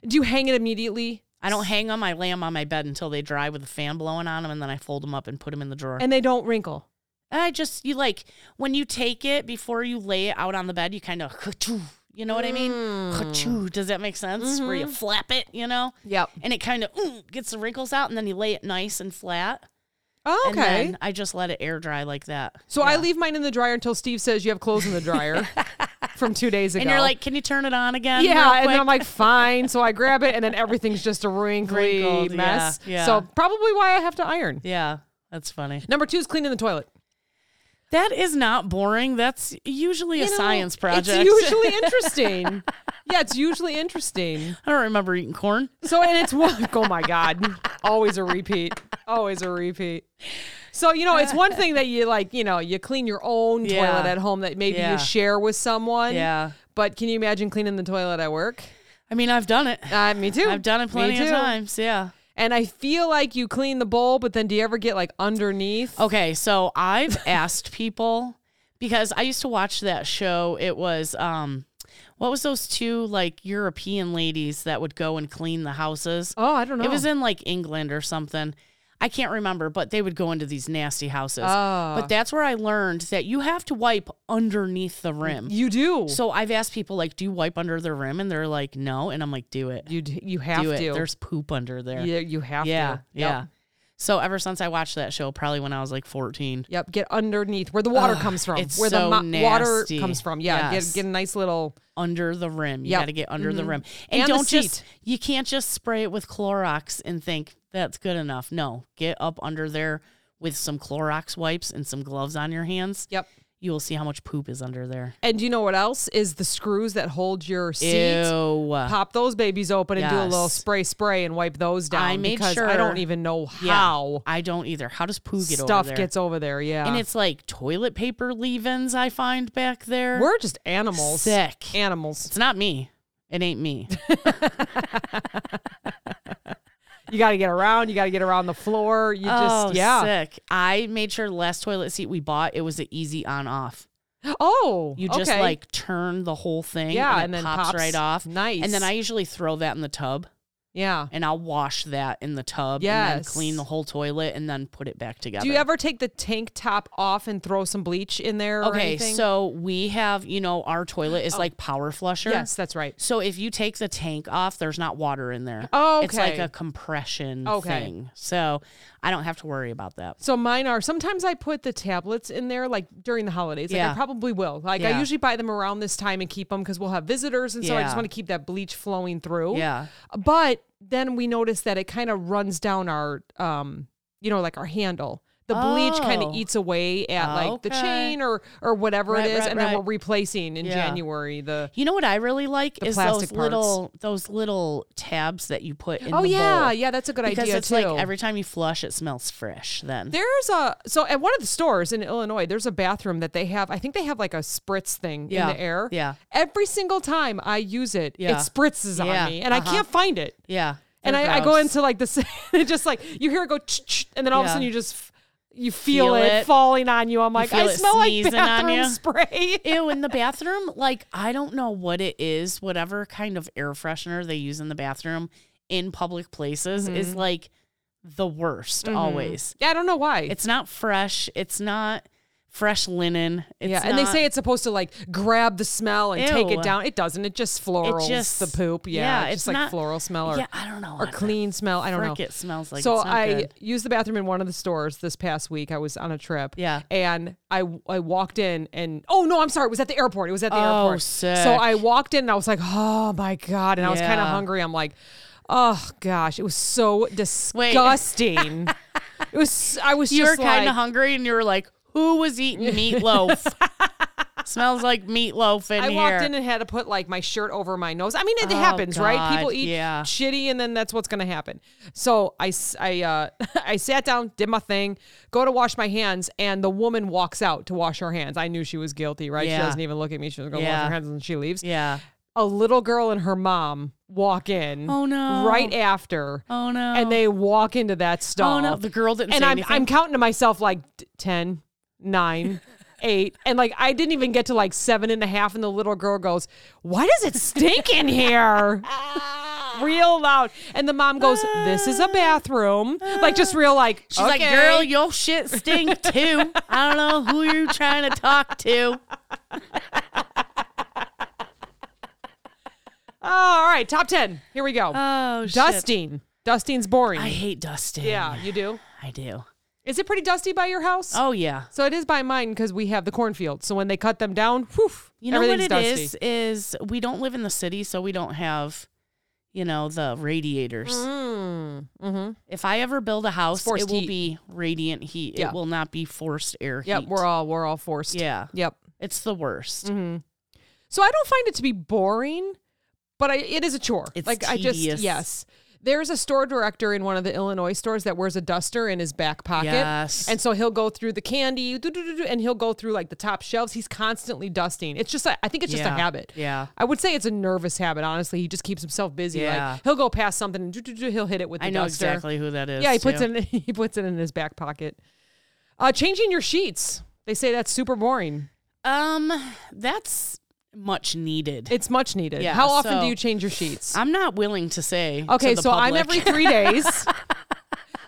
A: Do you hang it immediately?
B: I don't hang them. I lay them on my bed until they dry with a fan blowing on them, and then I fold them up and put them in the drawer.
A: And they don't wrinkle.
B: I just you like when you take it before you lay it out on the bed, you kind of you know what I mean?
A: Mm.
B: Ka-choo. Does that make sense? Where
A: Mm-hmm.
B: you flap it, you know?
A: Yep.
B: And it kind of gets the wrinkles out, and then you lay it nice and flat.
A: Oh,
B: And
A: okay.
B: then I just let it air dry like that.
A: So I leave mine in the dryer until Steve says you have clothes in the dryer from two days ago.
B: And you're like, can you turn it on again? real
A: yeah, and then
B: quick?"
A: I'm like, fine. So I grab it, and then everything's just a wrinkly
B: Wrinkled,
A: mess.
B: yeah, yeah.
A: So probably why I have to iron.
B: yeah, that's funny.
A: Number two is cleaning the toilet.
B: That is not boring. That's usually a
A: You know,
B: science project.
A: It's usually interesting. yeah, it's usually interesting.
B: I don't remember eating corn.
A: So and it's one oh my god, always a repeat, always a repeat. So you know, it's one thing that you like, you know, you clean your own
B: Yeah.
A: toilet at home that maybe
B: Yeah.
A: you share with someone.
B: Yeah.
A: But can you imagine cleaning the toilet at work?
B: I mean, I've done it.
A: Uh, me too.
B: I've done it
A: Me
B: plenty of
A: too.
B: times. Yeah.
A: And I feel like you clean the bowl, but then do you ever get like underneath?
B: Okay, so I've asked people because I used to watch that show. It was um what was those two like European ladies that would go and clean the houses?
A: Oh, I don't know.
B: It was in like England or something. I can't remember, but they would go into these nasty houses.
A: Ah.
B: But that's where I learned that you have to wipe underneath the rim.
A: you do.
B: So I've asked people like, "Do you wipe under the rim?" and they're like, "No." And I'm like, "Do it.
A: you d- you have
B: do it.
A: to.
B: There's poop under there."
A: yeah, you have
B: yeah.
A: to. Yep.
B: yeah. So ever since I watched that show, probably when I was like 14,
A: Yep. Get underneath where the water
B: Ugh,
A: comes from.
B: it's
A: where
B: so
A: the water
B: nasty.
A: comes from. Yeah.
B: Yes.
A: Get get a nice little.
B: under the rim. You
A: Yep. Mm-hmm.
B: got to get under the rim.
A: And
B: And,
A: the
B: don't just
A: seat.
B: you can't just spray it with Clorox and think that's good enough. No, get up under there with some Clorox wipes and some gloves on your hands.
A: Yep.
B: You will see how much poop is under there.
A: And you know what else is the screws that hold your seat.
B: Ew.
A: Pop those babies open and do a little
B: Yes.
A: spray spray and wipe those down
B: I made
A: because I don't
B: sure-
A: even know
B: Yeah.
A: how
B: I don't either. How does poo get
A: stuff
B: over there?
A: gets over there. Yeah.
B: and it's like toilet paper leave-ins I find back there.
A: we're just animals.
B: sick.
A: Animals.
B: It's not me. It ain't me.
A: You got to get around. You got to get around the floor. You just,
B: oh,
A: yeah.
B: sick. I made sure the last toilet seat we bought, it was an easy on-off.
A: Oh,
B: You just
A: okay.
B: like turn the whole thing,
A: yeah,
B: and, it
A: and, then
B: pops, right off.
A: Nice.
B: And then I usually throw that in the tub,
A: yeah.
B: and I'll wash that in the tub, and then
A: Yes.
B: clean the whole toilet, and then put it back together.
A: Do you ever take the tank top off and throw some bleach in there? or
B: Okay,
A: anything? Oh.
B: so we have, you know, our toilet is like power flusher.
A: yes, that's right.
B: So if you take the tank off, there's not water in there.
A: Oh,
B: It's like
A: okay.
B: a compression
A: Okay.
B: thing. So I don't have to worry about that.
A: So mine are sometimes I put the tablets in there like during the holidays. Like
B: Yeah.
A: I probably will. Like
B: Yeah.
A: I usually buy them around this time and keep them because we'll have visitors, and so I
B: Yeah.
A: just want to keep that bleach flowing through.
B: Yeah.
A: But then we notice that it kind of runs down our, um, you know, like our handle. The bleach kind
B: Oh.
A: of eats away at like the
B: Okay.
A: chain or or whatever
B: Right,
A: it is,
B: right,
A: and
B: right.
A: then we're replacing in
B: Yeah.
A: January the.
B: You know what I really like is those
A: plastic parts.
B: little those little tabs that you put in
A: oh
B: the
A: yeah,
B: bowl.
A: yeah, that's a good
B: because
A: idea
B: it's
A: too.
B: like every time you flush, it smells fresh. Then
A: There's a so at one of the stores in Illinois, there's a bathroom that they have. I think they have like a spritz thing
B: Yeah,
A: in the air.
B: yeah.
A: Every single time I use it,
B: Yeah.
A: it spritzes
B: Yeah,
A: on me, and
B: uh-huh.
A: I can't find it.
B: yeah,
A: And
B: they're
A: I, I go
B: gross.
A: into like this, it just like you hear it go, ch-ch, and then all of a
B: Yeah.
A: sudden you just, you feel,
B: Feel
A: it,
B: it.
A: falling on you. I'm like,
B: feel
A: I
B: it
A: smell like
B: sneezing on
A: bathroom
B: you.
A: spray.
B: Ew, in the bathroom, like I don't know what it is, whatever kind of air freshener they use in the bathroom in public places is
A: Mm-hmm.
B: like the worst always.
A: Yeah, I don't know why.
B: It's not fresh, it's not fresh linen. It's
A: yeah, and they
B: not-
A: say it's supposed to like grab the smell and take it
B: Ew.
A: down. It doesn't. It just florals
B: just-
A: the poop. Yeah,
B: yeah,
A: it's
B: it's
A: like
B: not-
A: floral smell or
B: Yeah, I don't know.
A: or
B: what the
A: clean smell. I don't know.
B: frick It smells like
A: so
B: it's not
A: I
B: good.
A: used the bathroom in one of the stores this past week. I was on a trip.
B: Yeah.
A: And I I walked in and oh no, I'm sorry, it was at the airport. It was at the
B: Oh,
A: airport.
B: sick.
A: So I walked in and I was like, oh my God. And I was kind of
B: Yeah.
A: hungry. I'm like, oh gosh. It was so disgusting. it was I was
B: you were
A: just
B: kind
A: like,
B: of hungry, and you were like, "Who was eating meatloaf? Smells like meatloaf in
A: I
B: here."
A: walked in and had to put like my shirt over my nose. I mean, it
B: Oh,
A: happens, right? People
B: God,
A: eat
B: yeah.
A: shitty, and then that's what's going to happen. So I, s- I, uh, I sat down, did my thing, go to wash my hands, and the woman walks out to wash her hands. I knew she was guilty, right? She
B: Yeah.
A: doesn't even look at me. She was going to wash
B: Yeah.
A: her hands, and she leaves.
B: yeah.
A: A little girl and her mom walk in.
B: Oh, no.
A: Right after.
B: Oh no.
A: And they walk into that stall
B: Oh no. The girl didn't
A: and
B: say
A: I'm
B: anything.
A: I'm counting to myself like d- 10, 9, 8. And like I didn't even get to like seven and a half, and the little girl goes, Why does it stink in here? Real loud. And the mom goes, This is a bathroom. Like just real like
B: She's like,
A: "Okay."
B: girl, your shit stink too. I don't know who you're trying to talk to.
A: Oh, all right, top ten. Here we go.
B: Oh, shit.
A: Dusting. Dusting's boring.
B: I hate dusting.
A: yeah, you do.
B: I do.
A: Is it pretty dusty by your house?
B: Oh, yeah.
A: So it is by mine because we have the cornfield. So when they cut them down, whew,
B: You know what
A: everything's
B: it
A: dusty.
B: is? Is we don't live in the city, so we don't have, you know, the radiators.
A: mm-hmm.
B: If I ever build a house,
A: forced
B: it will
A: heat.
B: be radiant heat.
A: Yeah.
B: It will not be forced air
A: Yep,
B: heat.
A: we're all Mm-hmm. we're all forced.
B: yeah,
A: Yep.
B: it's the worst.
A: So I don't find it to be boring, but I, it is a chore.
B: It's
A: like I just
B: tedious.
A: yes. There's a store director in one of the Illinois stores that wears a duster in his back pocket.
B: Yes.
A: And so he'll go through the candy, doo-doo-doo-doo, and he'll go through like the top shelves. He's constantly dusting. It's just, a, I think it's just a
B: Yeah.
A: habit.
B: Yeah.
A: I would say it's a nervous habit, honestly. He just keeps himself busy.
B: Yeah.
A: Like he'll go past something and doo-doo-doo, he'll hit it with the
B: I know
A: duster.
B: exactly who that is.
A: Yeah, he puts
B: too.
A: it in, he puts it in his back pocket. Uh, changing your sheets. They say that's super boring.
B: Um, that's much needed.
A: It's much needed.
B: Yeah,
A: How often
B: so-
A: do you change your sheets?
B: I'm not willing to say. to
A: Okay,
B: the
A: so I'm
B: public.
A: every three days.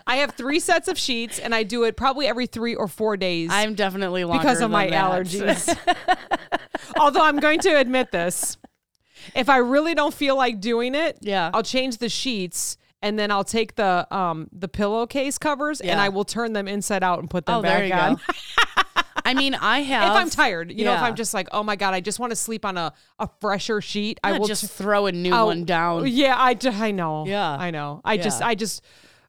A: I have three sets of sheets, and I do it probably every three or four days
B: I'm definitely longer
A: because of
B: than
A: my
B: that.
A: allergies. Although I'm going to admit this, if I really don't feel like doing it,
B: Yeah.
A: I'll change the sheets. And then I'll take the um, the pillowcase covers and
B: Yeah.
A: I will turn them inside out and put them
B: Oh,
A: back
B: there you
A: on.
B: go. I mean, I have.
A: If I'm tired, you know, if
B: Yeah.
A: I'm just like, oh my god, I just want to sleep on a, a fresher sheet, I
B: Not
A: will
B: just throw a new
A: Oh,
B: one down.
A: Yeah, I, ju- I know.
B: Yeah.
A: I know. I just
B: Yeah.
A: I just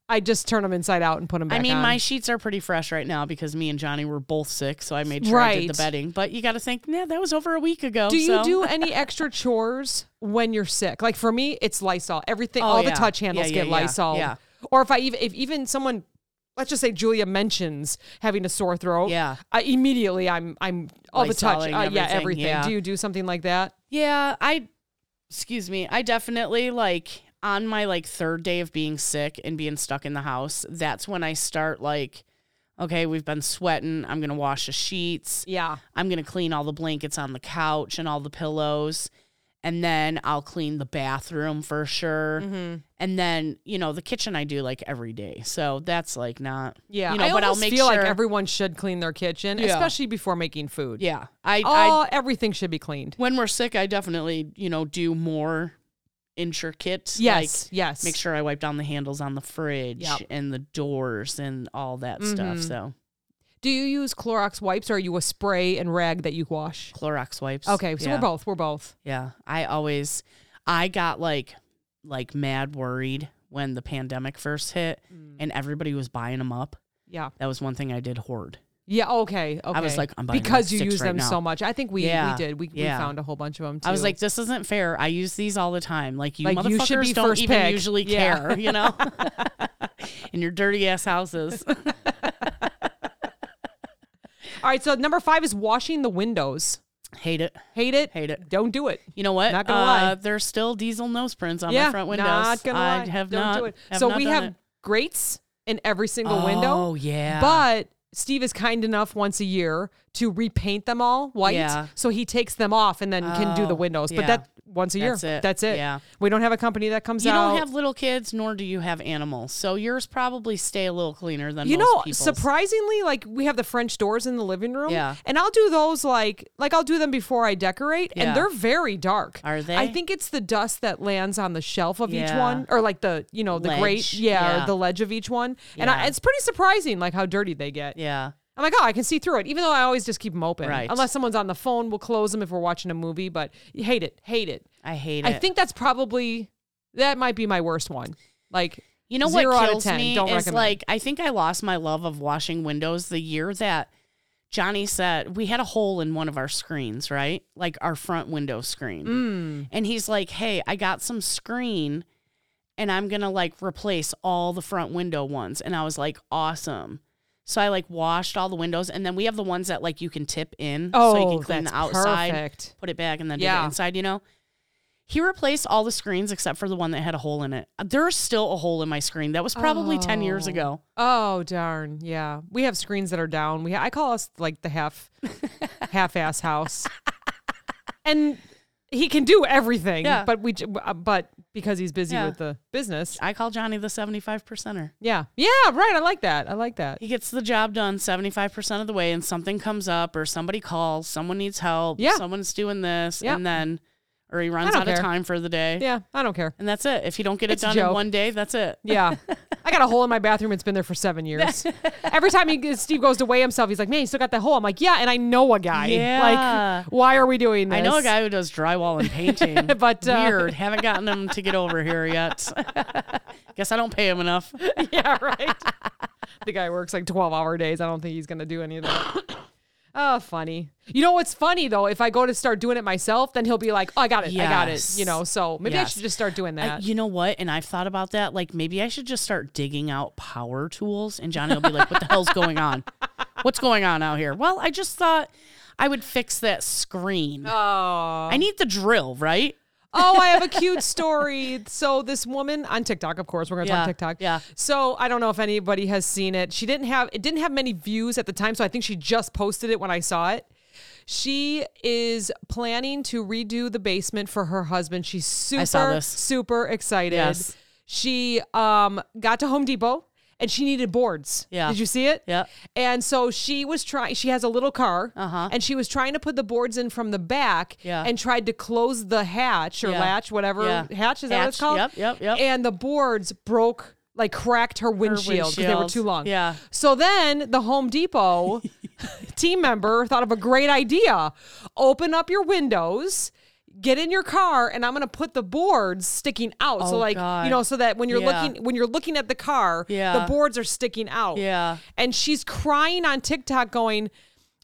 A: I just turn them inside out and put them back.
B: I mean,
A: on.
B: my sheets are pretty fresh right now because me and Johnny were both sick, so I made sure I did
A: Right.
B: the bedding. But you got to think, yeah, that was over a week ago.
A: Do you
B: so-
A: do any extra chores when you're sick? Like for me, it's Lysol. Everything,
B: Oh,
A: all the
B: yeah.
A: touch handles
B: Yeah, yeah,
A: get
B: yeah,
A: Lysol.
B: yeah.
A: Or if I even if even someone, let's just say Julia mentions having a sore throat.
B: Yeah.
A: I, immediately I'm I'm all the touch.
B: Lysoling
A: Uh, yeah,
B: everything,
A: everything.
B: yeah.
A: Do you do something like that?
B: Yeah, I excuse me. I definitely like on my like third day of being sick and being stuck in the house, that's when I start like okay, we've been sweating. I'm going to wash the sheets.
A: Yeah.
B: I'm going to clean all the blankets on the couch and all the pillows. And then I'll clean the bathroom for sure.
A: Mm-hmm.
B: And then, you know, the kitchen I do like every day. So that's like not
A: Yeah,
B: You know,
A: I
B: but I'll
A: almost
B: make
A: feel
B: sure-
A: like everyone should clean their kitchen,
B: Yeah.
A: especially before making food.
B: yeah. I, I
A: all everything should be cleaned.
B: when we're sick, I definitely, you know, do more intricate
A: Yes,
B: like
A: yes.
B: make sure I wipe down the handles on the fridge
A: Yep. Mm-hmm.
B: and the doors and all that stuff. So
A: Do you use Clorox wipes or are you a spray and rag that you wash?
B: Clorox wipes.
A: Okay, so
B: yeah.
A: we're both. We're both.
B: Yeah, I always, I got like, like mad worried when the pandemic first hit
A: Mm.
B: and everybody was buying them up.
A: Yeah.
B: That was one thing I did hoard.
A: Yeah, okay. Okay.
B: was like, I'm buying like
A: Because you
B: six
A: use
B: right
A: them
B: now.
A: so much. I think we,
B: Yeah,
A: we did. We,
B: yeah.
A: we found a whole bunch of them too.
B: I was like, this isn't fair. I use these all the time. Like you
A: Like,
B: motherfuckers
A: you should be
B: don't
A: first
B: even
A: pick.
B: usually
A: Yeah.
B: care, you know, in your dirty ass houses.
A: all right, so number five is washing the windows.
B: Hate it.
A: Hate it?
B: Hate it.
A: Don't do it.
B: You know what?
A: Not gonna
B: uh,
A: lie.
B: There's still diesel nose prints on
A: yeah.
B: my front windows.
A: Not gonna
B: I
A: lie.
B: have
A: Don't
B: not.
A: do it.
B: have
A: so
B: not
A: we
B: done
A: have
B: it.
A: grates in every single window.
B: Oh yeah.
A: But Steve is kind enough once a year to repaint them all white.
B: Yeah.
A: So he takes them off and then can do the
B: Oh,
A: windows. But
B: yeah.
A: that once a year.
B: That's it.
A: That's it.
B: Yeah.
A: We don't have a company that comes
B: You
A: out.
B: don't have little kids, nor do you have animals, so yours probably stay a little cleaner than
A: you
B: most
A: know,
B: people's.
A: surprisingly, like we have the French doors in the living room.
B: Yeah.
A: And I'll do those like like I'll do them before I decorate.
B: Yeah.
A: And they're very dark.
B: Are
A: I
B: they?
A: think it's the dust that lands on the shelf of each
B: Yeah.
A: one. Or like the, you know, the grate.
B: Ledge.
A: Yeah, or
B: Yeah.
A: the ledge of each one. And I,
B: Yeah.
A: it's pretty surprising like how dirty they get.
B: yeah,
A: I'm like, oh, I can see through it, even though I always just keep them open.
B: Right.
A: Unless someone's on the phone, we'll close them if we're watching a movie, but you hate it, hate it.
B: I hate it.
A: I think that's probably, that might be my worst one. Like,
B: You know
A: Zero out
B: what
A: of
B: kills
A: 10.
B: me
A: Don't
B: is
A: recommend.
B: like I think I lost my love of washing windows the year that Johnny said we had a hole in one of our screens, right? Like our front window screen.
A: Mm.
B: And he's like, "Hey, I got some screen and I'm going to like replace all the front window ones." And I was like, "Awesome." So I like washed all the windows and then we have the ones that like you can tip in so you
A: Oh,
B: can clean
A: that's
B: the outside,
A: perfect.
B: put it back and then do
A: Yeah.
B: the inside, you know? He replaced all the screens except for the one that had a hole in it. There's still a hole in my screen. That was probably 10 years
A: Oh.
B: ago.
A: oh, darn. Yeah. We have screens that are down. We, I call us like the half, half ass house. And he can do everything,
B: Yeah.
A: but we, j- uh, but because he's busy
B: Yeah.
A: with the business.
B: I call Johnny the 75 percenter.
A: Yeah. Yeah. Right. I like that. I like that.
B: He gets the job done 75% of the way, and something comes up, or somebody calls, someone needs help,
A: Yeah.
B: someone's doing this,
A: Yeah.
B: and then, or he runs
A: don't
B: out
A: care.
B: of time for the day.
A: Yeah. I don't care.
B: And that's it. If you don't get it
A: It's a
B: done
A: joke.
B: in one day, that's it.
A: Yeah. I got a hole in my bathroom. It's been there for seven years. Every time he, Steve goes to weigh himself, he's like, man, you still got that hole. I'm like, yeah. And I know a guy.
B: Yeah.
A: Like, why are we doing this?
B: I know a guy who does drywall and painting.
A: But, uh,
B: weird, haven't gotten him to get over here yet. Guess I don't pay him enough.
A: yeah, right. the guy works like 12 hour days. I don't think he's going to do any of that. Oh, funny. You know what's funny though? If I go to start doing it myself, then he'll be like, oh, I got it. I got it.
B: Yes.
A: You know, so maybe I
B: Yes.
A: should just start doing
B: I-
A: that.
B: you know what? And I've thought about that. Like maybe I should just start digging out power tools, and Johnny will be like, "What the hell's going on? What's going on out here?" Well, I just thought I would fix that screen.
A: oh.
B: I need the drill, right?
A: oh, I have a cute story. So this woman on TikTok, of course, we're gonna
B: Yeah,
A: talk TikTok.
B: yeah.
A: So I don't know if anybody has seen it. She didn't have it didn't have many views at the time, so I think she just posted it when I saw it. She is planning to redo the basement for her husband. She's super
B: saw this.
A: super excited.
B: Yes.
A: She um got to Home Depot and she needed boards.
B: Yeah.
A: Did you see it?
B: Yeah.
A: And so she was trying she has a little car
B: Uh-huh.
A: and she was trying to put the boards in from the back
B: Yeah.
A: and tried to close the hatch or
B: Yeah.
A: latch, whatever
B: Yeah.
A: hatch is that what it's
B: Hatch.
A: called?
B: Yep, yep, yep.
A: And the boards broke, like cracked her windshield because they were
B: windshield.
A: too long.
B: Yeah.
A: So then the Home Depot team member thought of a great idea: open up your windows. Get in your car, and I'm gonna put the boards sticking out. so,
B: Oh,
A: like you
B: God.
A: know, so that when you're
B: Yeah.
A: looking when you're looking at the car,
B: Yeah.
A: the boards are sticking out
B: Yeah.
A: and she's crying on TikTok going,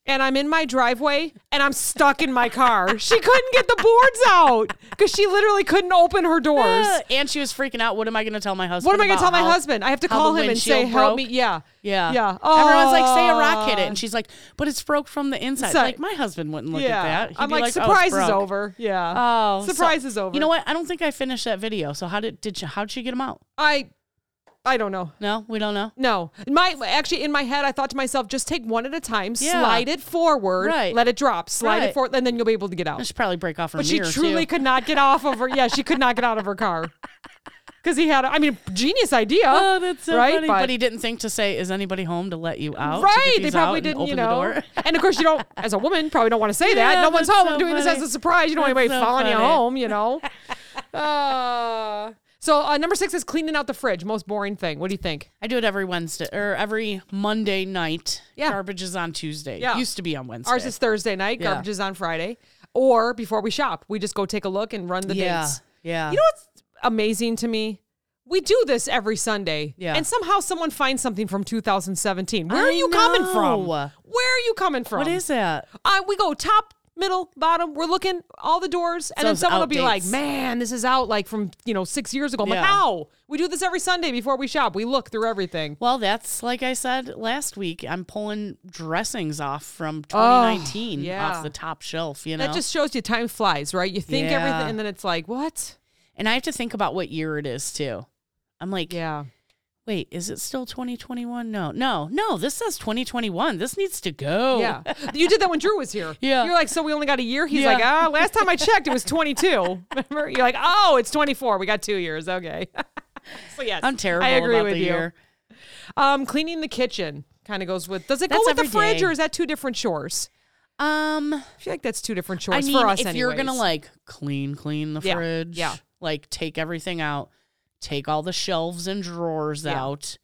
A: and I'm in my driveway and I'm stuck in my car. she couldn't get the boards out because she literally couldn't open her doors.
B: Uh, and she was freaking out. What am I going to tell my husband?
A: What am I going to
B: about
A: tell my
B: how-
A: husband? I have to
B: how
A: call
B: the
A: him and say,
B: windshield
A: help me.
B: broke?
A: Yeah.
B: Yeah.
A: Yeah.
B: Everyone's like, say a rock hit it.
A: Oh.
B: And she's like, but it's broke from the inside.
A: Inside.
B: Like, my husband wouldn't look
A: yeah.
B: at that. He'd
A: I'm
B: be
A: like,
B: "Oh, it's
A: surprise is
B: broke."
A: over. Yeah.
B: Oh, so-
A: surprise is over.
B: You know what? I don't think I finished that video. So how did did you, how'd she get him out?
A: I, I don't know.
B: No, we don't know.
A: No, my actually in my head, I thought to myself, just take one at a time,
B: Yeah.
A: slide it forward,
B: Right.
A: let it drop, slide it
B: Right.
A: forward, and then you'll be able to get out.
B: I should probably break off her
A: But she
B: mirror
A: truly
B: too.
A: could not get off of her. Yeah, she could not get out of her car because he had. I mean, genius idea.
B: Oh, that's so
A: right?
B: funny.
A: But,
B: But, he didn't think to say, "Is anybody home to let you out?" to get
A: right, they
B: these
A: probably
B: out and
A: didn't. You
B: open the
A: know,
B: door?
A: and of course you don't. As a woman, probably don't want to say that.
B: Yeah,
A: No one's
B: that's
A: home.
B: so
A: I'm doing this
B: funny.
A: as a surprise. You don't want
B: That's
A: anybody
B: so
A: following you
B: funny.
A: home. You know. uh, so uh, number six is cleaning out the fridge. Most boring thing. What do you think?
B: I do it every Wednesday or every Monday night.
A: Yeah.
B: Garbage is on Tuesday.
A: Yeah.
B: Used to be on Wednesday.
A: Ours is Thursday night.
B: Yeah.
A: Garbage is on Friday. Or before we shop, we just go take a look and run the
B: yeah.
A: dates.
B: Yeah.
A: You know what's amazing to me? We do this every Sunday.
B: Yeah.
A: And somehow someone finds something from 2017. Where are
B: I
A: you coming from? Where
B: know.
A: are you coming from?
B: what is that?
A: Uh, we go top, middle, bottom. We're looking all the doors, and then
B: it's
A: someone will be
B: outdates.
A: like, "Man, this is out like from you know six years ago." I'm like,
B: Yeah.
A: "How? We do this every Sunday before we shop. We look through everything."
B: Well, that's like I said last week. I'm pulling dressings off from 2019
A: Oh, yeah.
B: off the top shelf. You know,
A: That just shows you time flies, right? You think
B: Yeah.
A: everything, and then it's like, "What?"
B: and I have to think about what year it is too. I'm like,
A: Yeah.
B: Wait, is it still 2021? No, no, no. This says 2021. This needs to go.
A: Yeah. You did that when Drew was here.
B: Yeah.
A: You're like, so we only got a year? He's
B: Yeah.
A: like, ah, last time I checked, it was 22. Remember? You're like, oh, it's 24. We got two years. Okay. so, yes.
B: I'm terrible
A: I agree
B: about
A: with
B: the
A: you.
B: year.
A: Um, cleaning the kitchen kind of goes with, does it go
B: That's
A: with the
B: every
A: fridge
B: day.
A: or is that two different chores?
B: Um,
A: I feel like that's two different chores
B: I mean,
A: for us
B: if you're gonna
A: anyways.
B: like clean, clean the
A: Yeah,
B: fridge,
A: yeah.
B: like take everything out, take all the shelves and drawers
A: Yeah.
B: out.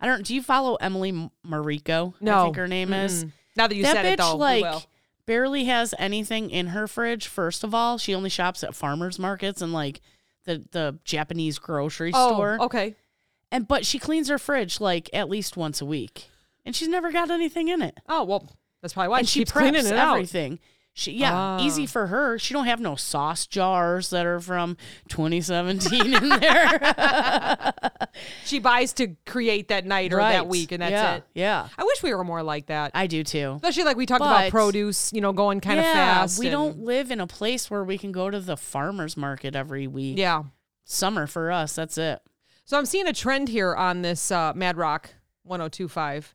B: I don't. Do you follow Emily M- Marico? I
A: No.
B: think her name is.
A: Mm. Now that you
B: that
A: said
B: bitch
A: it, though, we will.
B: like barely has anything in her fridge. First of all, she only shops at farmers markets and like the the Japanese grocery
A: oh,
B: store.
A: okay.
B: And but she cleans her fridge like at least once a week, and she's never got anything in it.
A: Oh, well, that's probably why
B: and
A: she
B: she
A: keeps
B: preps
A: cleaning it out. Ah.
B: everything. She yeah, easy for her. She don't have no sauce jars that are from 2017 in there.
A: She buys to create that night or that
B: Right.
A: week, and that's
B: yeah,
A: it.
B: Yeah,
A: I wish we were more like that.
B: I do too.
A: Especially like we talked about
B: But-
A: produce, you know, going kind
B: yeah,
A: of fast.
B: we
A: and-
B: don't live in a place where we can go to the farmers market every week.
A: Yeah.
B: Summer for us, that's it.
A: So I'm seeing a trend here on this uh, Mad Rock 1025.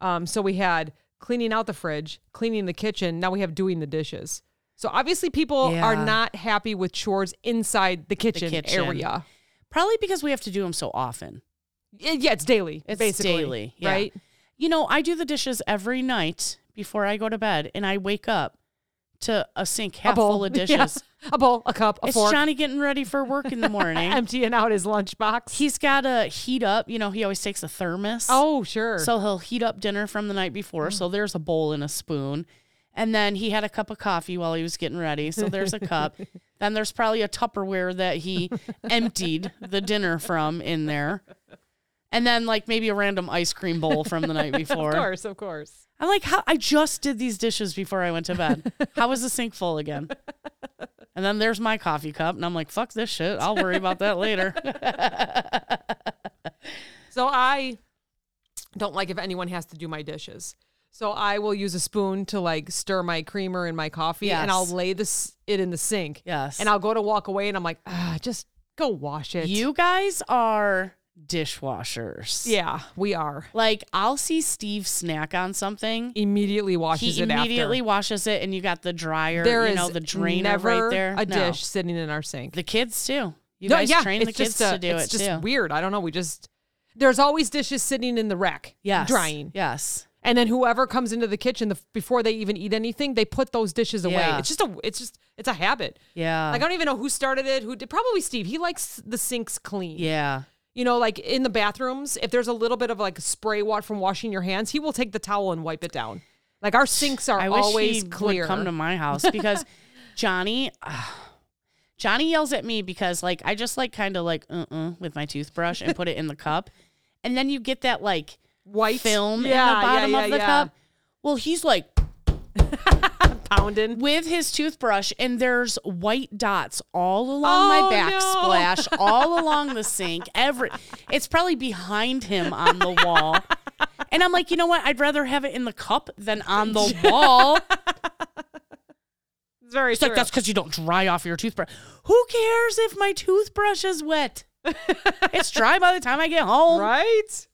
A: Um, so we had cleaning out the fridge, cleaning the kitchen. Now we have doing the dishes. So obviously people are
B: Yeah.
A: not happy with chores inside the kitchen,
B: kitchen.
A: area.
B: Probably because we have to do them so often.
A: It- yeah, it's daily.
B: It's
A: basically,
B: daily, yeah.
A: right?
B: You know, I do the dishes every night before I go to bed, and I wake up to a sink half
A: bowl.
B: full of
A: Yeah.
B: dishes.
A: A bowl, a cup, a
B: It's
A: fork,
B: Johnny getting ready for work in the morning.
A: emptying out his lunchbox.
B: he's got to heat up. You know, he always takes a thermos.
A: oh, Mm. sure.
B: So he'll heat up dinner from the night before. So there's a bowl and a spoon. And then he had a cup of coffee while he was getting ready. So there's a cup. Then there's probably a Tupperware that he emptied the dinner from in there. And then like maybe a random ice cream bowl from the night before.
A: of course, of course.
B: I'm like, how I just did these dishes before I went to bed. How is the sink full again? And then there's my coffee cup, and I'm like, fuck this shit. I'll worry about that later.
A: So I don't like if anyone has to do my dishes. So I will use a spoon to like stir my creamer in my coffee, and I'll
B: Yes.
A: lay this it in the sink.
B: Yes.
A: And I'll go to walk away, and I'm like, ah, just go wash it.
B: You guys are dishwashers.
A: Yeah, we are.
B: Like I'll see Steve snack on something.
A: Immediately washes
B: He
A: it
B: immediately
A: after.
B: washes it and you got the dryer,
A: There is
B: you know, the drainer
A: never
B: right there.
A: a
B: No.
A: dish sitting in our sink.
B: The kids too. You
A: no,
B: guys
A: yeah,
B: train
A: it's
B: the kids
A: just a,
B: to do
A: it's
B: it
A: just
B: too.
A: weird. I don't know. We just there's always dishes sitting in the rack,
B: Yes.
A: drying.
B: Yes.
A: and then whoever comes into the kitchen the, before they even eat anything they put those dishes away
B: Yeah.
A: it's just a it's just it's a habit
B: Yeah.
A: like i don't even know who started it who did probably steve he likes the sinks clean
B: yeah.
A: you know like in the bathrooms if there's a little bit of like spray water from washing your hands he will take the towel and wipe it down like our sinks are
B: I wish
A: always
B: he
A: clear
B: would come to my house because Johnny ah, Johnny yells at me because like I just like kind of like uh-uh with my toothbrush and put it in the cup. And then you get that like
A: white
B: film
A: Yeah,
B: in the bottom
A: yeah,
B: of
A: yeah,
B: the
A: yeah.
B: cup. Well, he's like
A: pounding
B: with his toothbrush, and there's white dots all along
A: Oh,
B: my
A: no.
B: backsplash, all along the sink. Every it's probably behind him on the wall. And I'm like, you know what? I'd rather have it in the cup than on the wall.
A: it's very
B: It's like
A: true.
B: that's because you don't dry off your toothbrush. Who cares if my toothbrush is wet? it's dry by the time I get home.
A: right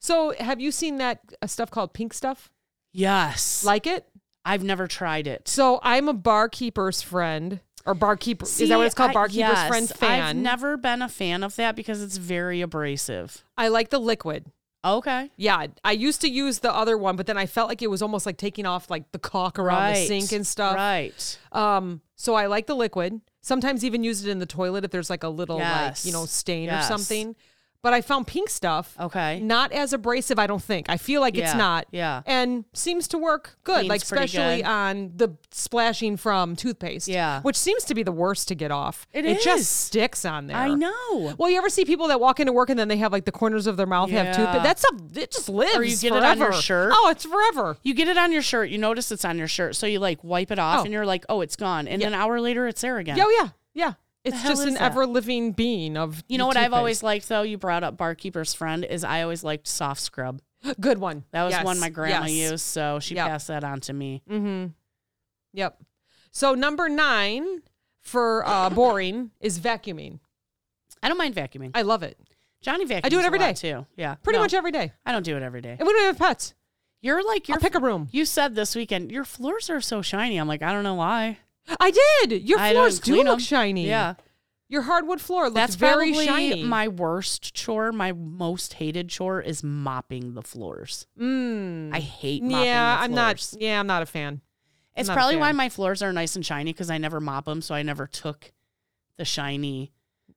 A: so have you seen that uh, stuff called pink stuff
B: Yes. Like
A: like it
B: I've never tried it.
A: So I'm a barkeeper's friend or barkeeper. is that what it's called?
B: I-
A: barkeeper's
B: yes,
A: friend fan.
B: I've never been a fan of that because it's very abrasive.
A: I like the liquid.
B: Okay.
A: Yeah, I used to use the other one, but then I felt like it was almost like taking off like the caulk around the sink and stuff.
B: Right.
A: Um, so I like the liquid. Sometimes even use it in the toilet if there's like a little like you
B: Yes.
A: know stain
B: Yes.
A: or something. But I found pink stuff
B: Okay.
A: not as abrasive. I don't think. I feel like it's
B: Yeah,
A: not.
B: yeah.
A: And seems to work good,
B: Cleans
A: like
B: pretty
A: especially
B: good.
A: on the splashing from toothpaste.
B: Yeah.
A: Which seems to be the worst to get off.
B: It
A: it
B: is.
A: just sticks on there.
B: I know.
A: Well, you ever see people that walk into work and then they have like the corners of their mouth have
B: Yeah.
A: toothpaste? That's a it just lives.
B: get it
A: forever.
B: on your shirt.
A: Oh, it's forever.
B: You get it on your shirt. You notice it's on your shirt. So you like wipe it off
A: Oh.
B: and you're like, oh, it's gone. And an hour later, it's there again.
A: Yeah, oh, yeah, yeah. It's
B: hell
A: just
B: is
A: an
B: that?
A: ever living being of
B: You know what I've
A: toothpaste.
B: always liked though? You brought up barkeeper's friend is I always liked soft scrub.
A: good one.
B: That was
A: Yes,
B: one my grandma
A: yes.
B: used, so she
A: Yep. Mm.
B: passed that on to me.
A: Yep. So number nine for uh, boring is vacuuming.
B: I don't mind vacuuming.
A: I love it.
B: Johnny vacuums.
A: I do it every
B: a lot,
A: day.
B: too. Yeah,
A: Pretty
B: No,
A: much every day.
B: I don't do it every day.
A: And we don't have pets.
B: You're like
A: I'll
B: your.
A: pick a room.
B: you said this weekend your floors are so shiny. I'm like I don't know why.
A: I did. Your
B: I don't
A: floors do
B: clean
A: look
B: 'em.
A: shiny.
B: Yeah,
A: Your hardwood floor looks
B: that's
A: very
B: probably
A: shiny.
B: my worst chore. My most hated chore is mopping the floors.
A: mm.
B: I hate. Mopping
A: yeah,
B: the
A: I'm not.
B: floors.
A: Yeah, I'm not a fan.
B: It's
A: not a
B: probably why
A: fan.
B: my floors are nice and shiny because I never mop them, so I never took the shiny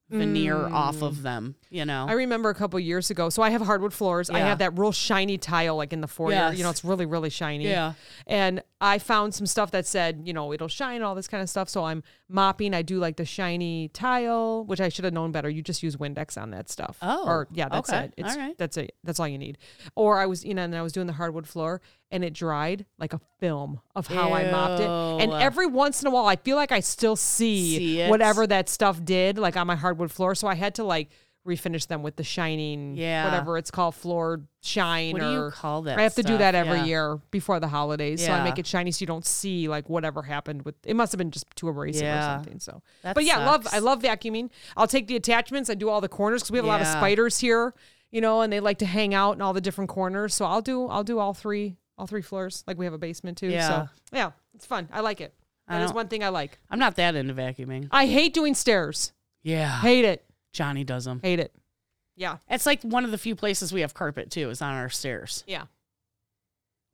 B: veneer off of them. You know,
A: Mm. I remember a couple years ago. So I have hardwood floors. I
B: Yeah.
A: have that real shiny tile, like in the foyer. You know,
B: Yes.
A: it's really, really shiny.
B: Yeah.
A: And I found some stuff that said, you know, it'll shine, all this kind of stuff. So I'm mopping. I do like the shiny tile, which I should have known better. You just use Windex on that stuff.
B: Oh,
A: or yeah, that's
B: okay.
A: it. It's
B: All right.
A: that's it. That's all you need. Or I was, you know, and I was doing the hardwood floor, and it dried like a film of how I mopped it. And
B: Ew.
A: every once in a while, I feel like I still see,
B: See it.
A: whatever that stuff did, like on my hardwood floor. So I had to like refinish them with the shining,
B: Yeah.
A: whatever it's called, floor shine.
B: what do
A: or,
B: you call that?
A: I have to do
B: stuff?
A: that every
B: Yeah.
A: year before the holidays. So I make
B: Yeah.
A: it shiny so you don't see like whatever happened with it must have been just to erase it or
B: Yeah.
A: something. So
B: That
A: but yeah, love
B: sucks.
A: I love vacuuming. I'll take the attachments, I do all the corners because we have a lot of
B: Yeah.
A: spiders here, you know, and they like to hang out in all the different corners. So I'll do I'll do all three all three floors. Like we have a basement too.
B: Yeah.
A: So yeah, it's fun. I like it. That is
B: don't-
A: one thing I like.
B: I'm not that into vacuuming.
A: I hate doing stairs.
B: Yeah,
A: Hate it.
B: Johnny does them.
A: Hate it. Yeah.
B: It's like one of the few places we have carpet too. Is on our stairs.
A: Yeah.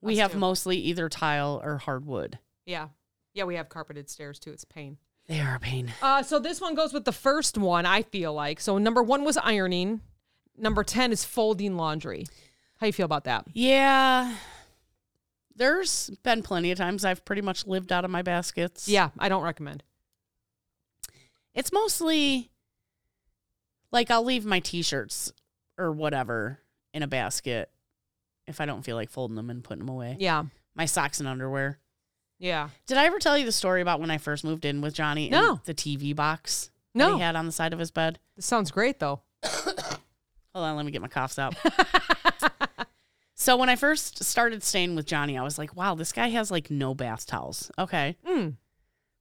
B: We
A: Us
B: have
A: too.
B: mostly either tile or hardwood.
A: Yeah. Yeah, we have carpeted stairs too. It's a pain.
B: They are a pain.
A: Uh, so this one goes with the first one, I feel like. So number one was ironing. Number 10 is folding laundry. How you feel about that?
B: Yeah. There's been plenty of times I've pretty much lived out of my baskets.
A: Yeah, I don't recommend.
B: It's mostly like I'll leave my t shirts or whatever in a basket if I don't feel like folding them and putting them away.
A: Yeah.
B: My socks and underwear.
A: Yeah.
B: Did I ever tell you the story about when I first moved in with Johnny? and
A: No.
B: The TV box that
A: No,
B: he had on the side of his bed?
A: this sounds great though.
B: Hold on, let me get my coughs out. so when I first started staying with Johnny, I was like, wow, this guy has like no bath towels. Okay.
A: Mm.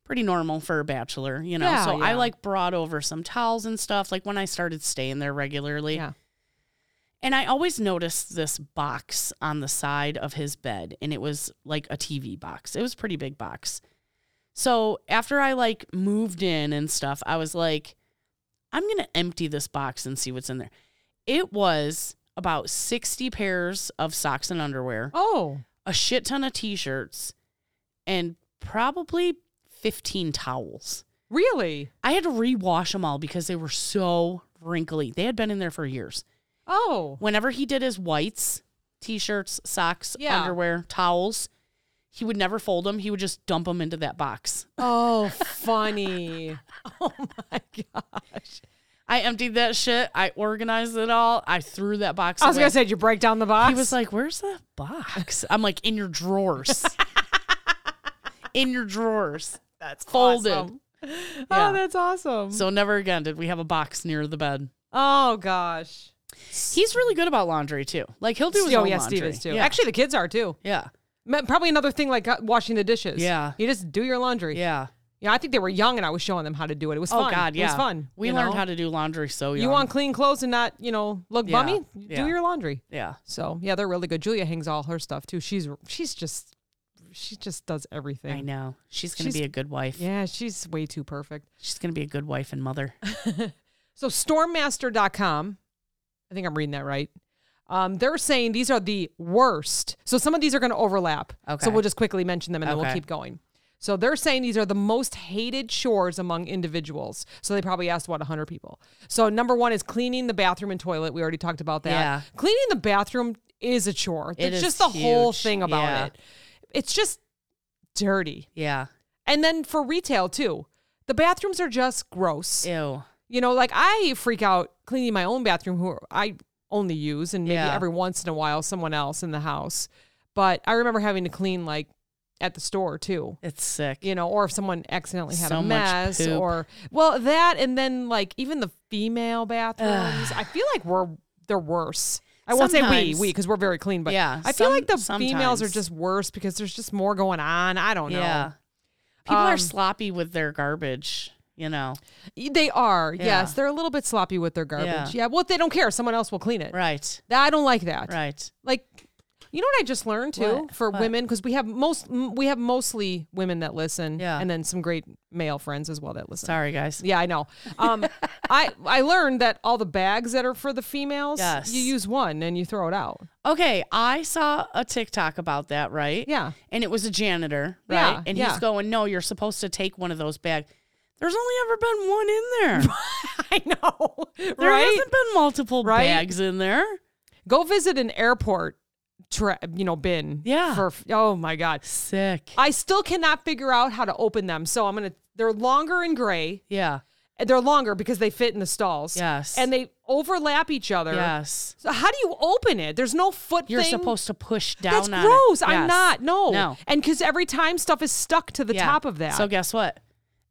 B: Pretty normal for a bachelor, you know.
A: Yeah,
B: so I
A: yeah.
B: like brought over some towels and stuff, like when I started staying there regularly.
A: Yeah.
B: And I always noticed this box on the side of his bed, and it was like a TV box. It was a pretty big box. So after I like moved in and stuff, I was like, I'm gonna empty this box and see what's in there. It was about 60 pairs of socks and underwear,
A: Oh,
B: a shit ton of t-shirts, and probably 15 towels.
A: really?
B: I had to rewash them all because they were so wrinkly. They had been in there for years
A: Oh,
B: whenever he did his whites, t-shirts, socks,
A: Yeah.
B: underwear, towels, he would never fold them. He would just dump them into that box.
A: oh, funny. Oh my gosh.
B: I emptied that shit. I organized it all. I threw that box.
A: I was
B: away.
A: going to say, did you break down the box?
B: He was like, "Where's that box?" I'm like, "In your drawers." In your drawers.
A: that's
B: folded.
A: awesome.
B: Yeah.
A: Oh, that's awesome.
B: So never again did we have a box near the bed.
A: oh gosh.
B: He's really good about laundry too. Like he'll do his
A: oh
B: own
A: yeah,
B: laundry.
A: Steve is too.
B: Yeah.
A: Actually, the kids are too.
B: yeah,
A: Ma- Probably another thing like uh, washing the dishes.
B: Yeah.
A: You just do your laundry.
B: yeah.
A: Yeah, I think they were young and I was showing them how to do it. It was
B: Oh
A: fun.
B: God, yeah.
A: It was fun.
B: We
A: you
B: learned
A: know?
B: how to do laundry so young.
A: You want clean clothes and not, you know, look
B: Yeah,
A: bummy?
B: yeah.
A: Do your laundry.
B: Yeah.
A: So, yeah, they're really good. Julia hangs all her stuff too. She's she's just she just does everything.
B: I know. She's gonna
A: She's-
B: be a good wife.
A: Yeah, she's way too perfect.
B: She's gonna be a good wife and mother.
A: So stormmaster.com, I think I'm reading that right. Um, they're saying these are the worst. So some of these are going to overlap.
B: Okay.
A: So we'll just quickly mention them and then we'll
B: Okay.
A: keep going. So they're saying these are the most hated chores among individuals. So they probably asked about 100 people. So number one is cleaning the bathroom and toilet. We already talked about that.
B: Yeah.
A: Cleaning the bathroom is a chore.
B: It
A: it's
B: is
A: just the whole
B: huge.
A: thing about
B: Yeah.
A: it. It's just dirty.
B: Yeah.
A: And then for retail too, the bathrooms are just gross.
B: Ew.
A: You know, like I freak out cleaning my own bathroom, who I only use, and maybe
B: Yeah.
A: every once in a while someone else in the house. But I remember having to clean like at the store too.
B: It's sick.
A: You know, or if someone accidentally had
B: So
A: a
B: much
A: mess,
B: poop.
A: or well, that, and then like even the female bathrooms, I feel like we're they're worse. I won't say we
B: Sometimes.
A: we because we're very clean, but
B: Yeah,
A: I feel like the
B: some-
A: females are
B: sometimes.
A: just worse because there's just more going on. I don't know.
B: Yeah. People are
A: Um,
B: sloppy with their garbage you know.
A: They are.
B: Yeah.
A: Yes, they're a little bit sloppy with their garbage.
B: Yeah.
A: Yeah. Well, they don't care. Someone else will clean it.
B: Right.
A: That- I don't like that.
B: Right.
A: Like, you know what I just learned too
B: What?
A: for
B: What?
A: women because we have most m- we have mostly women that listen.
B: Yeah.
A: And then some great male friends as well that listen.
B: Sorry, guys.
A: Yeah, I know. Um, I I learned that all the bags that are for the females,
B: Yes.
A: you use one and you throw it out.
B: Okay, I saw a TikTok about that, right?
A: Yeah.
B: And it was a janitor, right?
A: Yeah,
B: and
A: yeah.
B: he's going, "No, you're supposed to take one of those bags." There's only ever been one in there.
A: I know,
B: There
A: right?
B: hasn't been multiple
A: Right?
B: bags in there.
A: Go visit an airport, tra- you know, bin.
B: Yeah.
A: For oh my god,
B: Sick.
A: I still cannot figure out how to open them. So I'm gonna. They're longer and gray.
B: yeah.
A: and They're longer because they fit in the stalls.
B: Yes.
A: And they overlap each other.
B: Yes.
A: So how do you open it? There's no foot.
B: You're
A: thing.
B: supposed to push down
A: That's
B: on it.
A: gross. I'm
B: Yes.
A: not. No.
B: No.
A: And because every time stuff is stuck to the
B: Yeah.
A: top of that.
B: So guess what?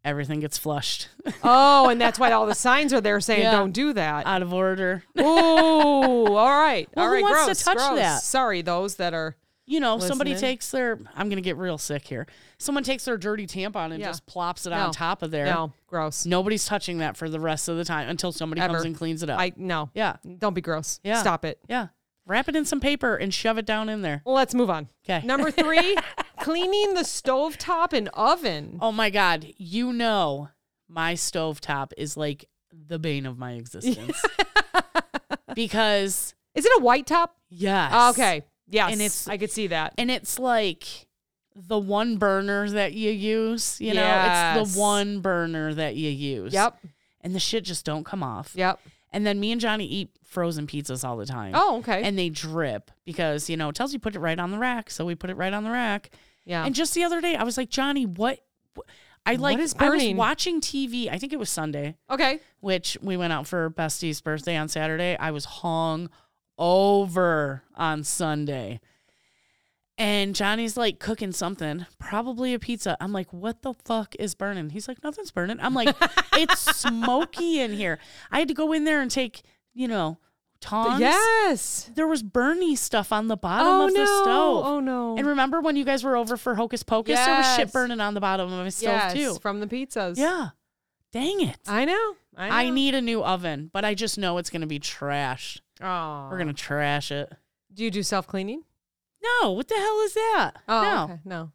B: Everything gets flushed
A: Oh, and that's why all the signs are there saying
B: Yeah.
A: don't do that.
B: out of order.
A: Ooh, all right.
B: Well,
A: all
B: who
A: right,
B: wants to
A: gross,
B: touch
A: gross.
B: that?
A: Sorry, those that are
B: You know, somebody
A: Listening.
B: takes their I'm going to get real sick here. Someone takes their dirty tampon and
A: Yeah.
B: just plops it
A: No.
B: on top of there.
A: no gross.
B: Nobody's touching that for the rest of the time until somebody
A: Ever.
B: comes and cleans it up.
A: I no.
B: yeah.
A: Don't be gross.
B: Yeah.
A: Stop it.
B: Yeah. Wrap it in some paper and shove it down in there.
A: Let's move on.
B: 'Kay.
A: Number three, cleaning the stovetop and oven.
B: Oh my God. You know, my stovetop is like the bane of my existence. because,
A: Is it a white top?
B: yes.
A: Okay. Yes.
B: And it's-
A: I could see that.
B: And it's like the one burner that you use. You know, it's
A: Yes.
B: the one burner that you use.
A: Yep.
B: And the shit just don't come off.
A: Yep.
B: And then me and Johnny eat frozen pizzas all the time.
A: Oh, okay.
B: And they drip because, you know, it tells you put it right on the rack. So we put it right on the rack.
A: yeah.
B: And just the other day, I was like, Johnny, what? wh- I like.
A: is
B: I was
A: burning?
B: watching TV. I think it was Sunday,
A: okay.
B: which we went out for Bestie's birthday on Saturday. I was hung over on Sunday, and Johnny's like cooking something, probably a pizza. I'm like, what the fuck is burning? He's like, nothing's burning. I'm like, it's smoky in here. I had to go in there and take, you know, tongs.
A: Yes.
B: There was burny stuff on the bottom
A: Oh
B: of
A: no.
B: the stove.
A: Oh no.
B: And remember when you guys were over for Hocus Pocus? There was
A: Yes.
B: shit burning on the bottom of his stove
A: yes,
B: too.
A: from the pizzas.
B: Yeah. Dang it. I,
A: I know. I, know.
B: need a new oven, but I just know it's gonna be trash.
A: Oh.
B: We're gonna trash it.
A: Do you do self cleaning?
B: No, what the hell is that?
A: Oh,
B: no.
A: okay. no.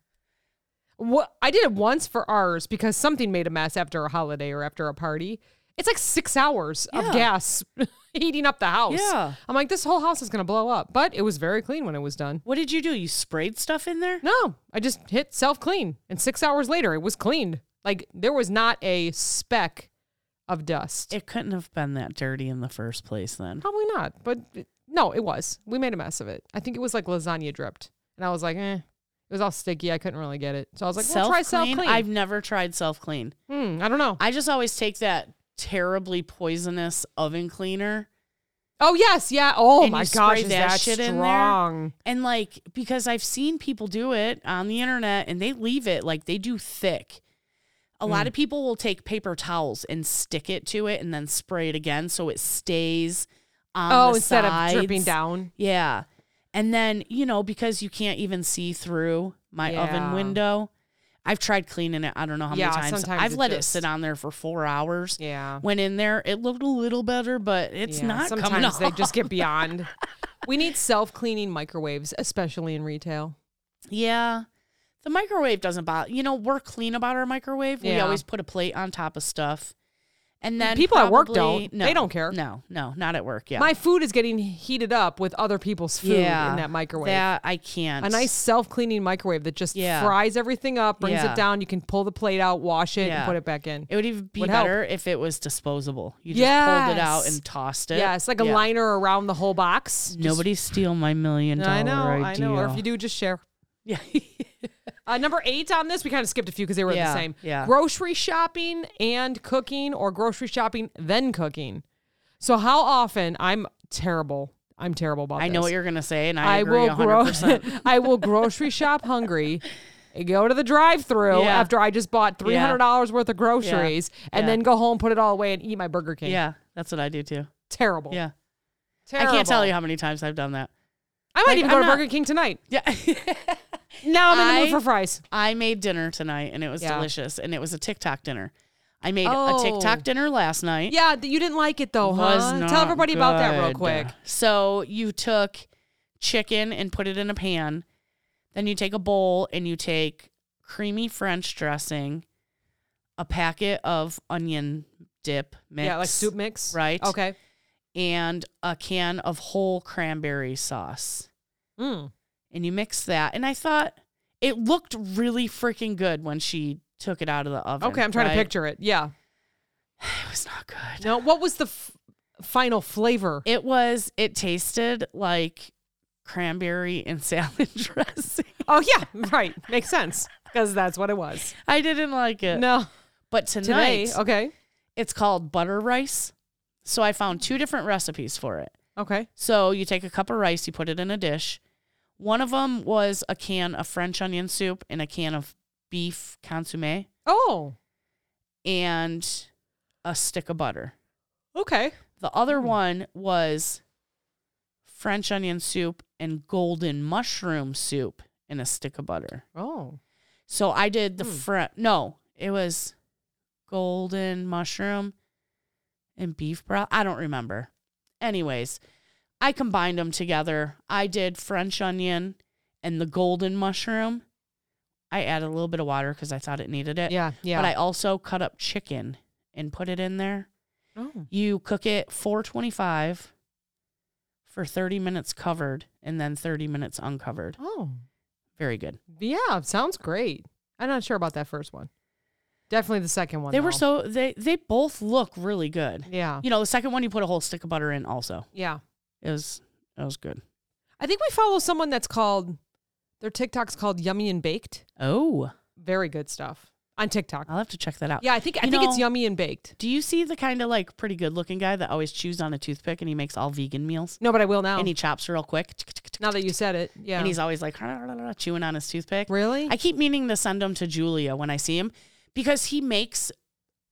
A: What I did it once for ours because something made a mess after a holiday or after a party. It's like six hours
B: Yeah.
A: of gas heating up the house.
B: Yeah.
A: I'm like, this whole house is gonna blow up. But it was very clean when it was done.
B: What did you do? You sprayed stuff in there?
A: No, I just hit self clean, and six hours later, it was cleaned. Like there was not a speck of dust.
B: It couldn't have been that dirty in the first place then.
A: Probably not, but it- no, it was. We made a mess of it. I think it was like lasagna dripped, and I was like, eh. It was all sticky. I couldn't really get it, so I was like, well, try self clean.
B: I've never tried self clean.
A: Hmm, I don't know.
B: I just always take that terribly poisonous oven cleaner
A: Oh yes, yeah. Oh
B: And
A: my
B: you
A: gosh,
B: spray
A: is
B: that
A: that
B: shit in there?
A: strong?
B: And like because I've seen people do it on the internet and they leave it like they do thick. A lot of
A: Mm.
B: people will take paper towels and stick it to it and then spray it again so it stays on
A: Oh,
B: the
A: instead
B: sides.
A: of dripping down.
B: Yeah. And then, you know, because you can't even see through my oven
A: Yeah.
B: window, I've tried cleaning it. I don't know how
A: Yeah,
B: many times.
A: sometimes
B: I've
A: it
B: let
A: just-
B: it sit on there for four hours.
A: Yeah,
B: Went in there, it looked a little better, but it's
A: Yeah,
B: not coming
A: Sometimes
B: off.
A: they just get beyond. we need self cleaning microwaves, especially in retail.
B: Yeah. The microwave doesn't bother. You know, we're clean about our microwave. We
A: Yeah. Mm,
B: always put a plate on top of stuff. And then
A: People at work
B: probably-
A: don't. They don't care.
B: No, no, not at work. Yeah.
A: My food is getting heated up with other people's food
B: yeah.
A: in that microwave.
B: That I can't.
A: a nice self cleaning microwave that just
B: Yeah.
A: fries everything up, brings
B: Yeah.
A: it down. You can pull the plate out, wash it,
B: Yeah.
A: and put it back in.
B: It would even be
A: would help.
B: better if it was disposable. You just pulled it out
A: Yes.
B: and tossed it.
A: Yeah, it's like a
B: Yeah.
A: liner around the whole box. Just-
B: Nobody steal my million dollar
A: I know, I
B: idea.
A: know. Or if you do, just share.
B: yeah.
A: Uh, number eight on this, we kind of skipped a few because they were
B: Yeah,
A: the same.
B: yeah.
A: Grocery shopping and cooking, or grocery shopping then cooking. So how often? I'm terrible. I'm terrible about.
B: I know
A: this.
B: what you're gonna say, and
A: I
B: I, agree
A: will gro-
B: 100%.
A: I will grocery shop hungry. Go to the drive-through
B: Yeah.
A: after I just bought three hundred dollars worth of groceries, and
B: Yeah.
A: then go home, put it all away, and eat my Burger King.
B: yeah, that's what I do too.
A: terrible.
B: Yeah,
A: terrible.
B: I can't tell you how many times I've done that.
A: I might
B: Like,
A: even go
B: I'm
A: to
B: not-
A: Burger King tonight.
B: Yeah.
A: Now I'm in the
B: I-
A: mood for fries.
B: I made dinner tonight and it was
A: Yeah.
B: delicious and it was a TikTok dinner. I made a
A: Oh.
B: TikTok dinner last night.
A: Yeah, th- you didn't like it though,
B: Was
A: huh?
B: not
A: Tell everybody about that real
B: good.
A: quick.
B: So you took chicken and put it in a pan. Then you take a bowl and you take creamy French dressing, a packet of onion dip mix,
A: Yeah, like soup mix.
B: Right.
A: Okay.
B: and a can of whole cranberry sauce.
A: Mm.
B: And you mix that. And I thought it looked really freaking good when she took it out of the oven.
A: Okay, I'm trying to
B: right?
A: picture it. Yeah.
B: It was not good.
A: Now, what was the f- final flavor?
B: It was. It tasted like cranberry and salad dressing.
A: Oh yeah, right. Makes sense because that's what it was.
B: I didn't like it.
A: No,
B: But tonight,
A: today. Okay.
B: it's called butter rice. So I found two different recipes for it.
A: Okay.
B: So you take a cup of rice, you put it in a dish. One of them was a can of French onion soup and a can of beef consommé
A: Oh.
B: and a stick of butter.
A: Okay.
B: The
A: Mm.
B: other one was French onion soup and golden mushroom soup and a stick of butter.
A: Oh.
B: So I did the
A: Hmm.
B: front. No, it was golden mushroom and beef broth. I don't remember. Anyways, I combined them together. I did French onion and the golden mushroom. I added a little bit of water because I thought it needed it.
A: Yeah. Yeah.
B: But I also cut up chicken and put it in there.
A: oh.
B: You cook it 425 for 30 minutes covered and then 30 minutes uncovered.
A: Oh.
B: Very good.
A: Yeah. Sounds great. I'm not sure about that first one. Definitely the second one.
B: They were
A: though.
B: so they they both look really good.
A: Yeah.
B: You know, the second one you put a whole stick of butter in also.
A: Yeah.
B: It was it was good.
A: I think we follow someone that's called their TikTok's called Yummy and Baked.
B: Oh.
A: Very good stuff on TikTok.
B: I'll have to check that out.
A: Yeah, I think I
B: Uh, You
A: think it's
B: know-
A: Yummy and Baked.
B: Do you see the kind of like pretty good looking guy that always chews on a toothpick and he makes all vegan meals?
A: No, but I will now.
B: And he chops real quick.
A: now that you said it, yeah.
B: And he's always like chewing on his toothpick.
A: really
B: I keep meaning to send him to Julia when I see him because he makes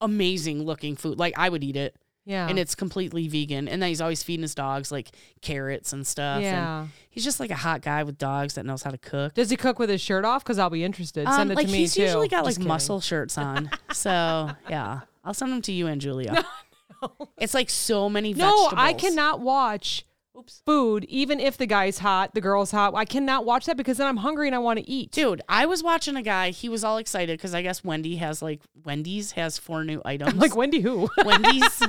B: amazing looking food. Like I would eat it
A: yeah,
B: and it's completely vegan. And then he's always feeding his dogs like carrots and stuff. And
A: yeah.
B: he's just like a hot guy with dogs that knows how to cook.
A: Does he cook with his shirt off? Because I'll be interested.
B: Um,
A: Send it
B: like
A: to me
B: he's
A: too.
B: usually got
A: Just
B: like
A: kidding.
B: muscle shirts on. so yeah, I'll send them to you and Julia. It's like so many
A: No,
B: vegetables.
A: I cannot watch
B: Oops.
A: food, even if the guy's hot, the girl's hot. I cannot watch that because then I'm hungry and I want to eat.
B: Dude, I was watching a guy. He was all excited because I guess Wendy has like Wendy's has four new items.
A: Like Wendy, who?
B: Wendy's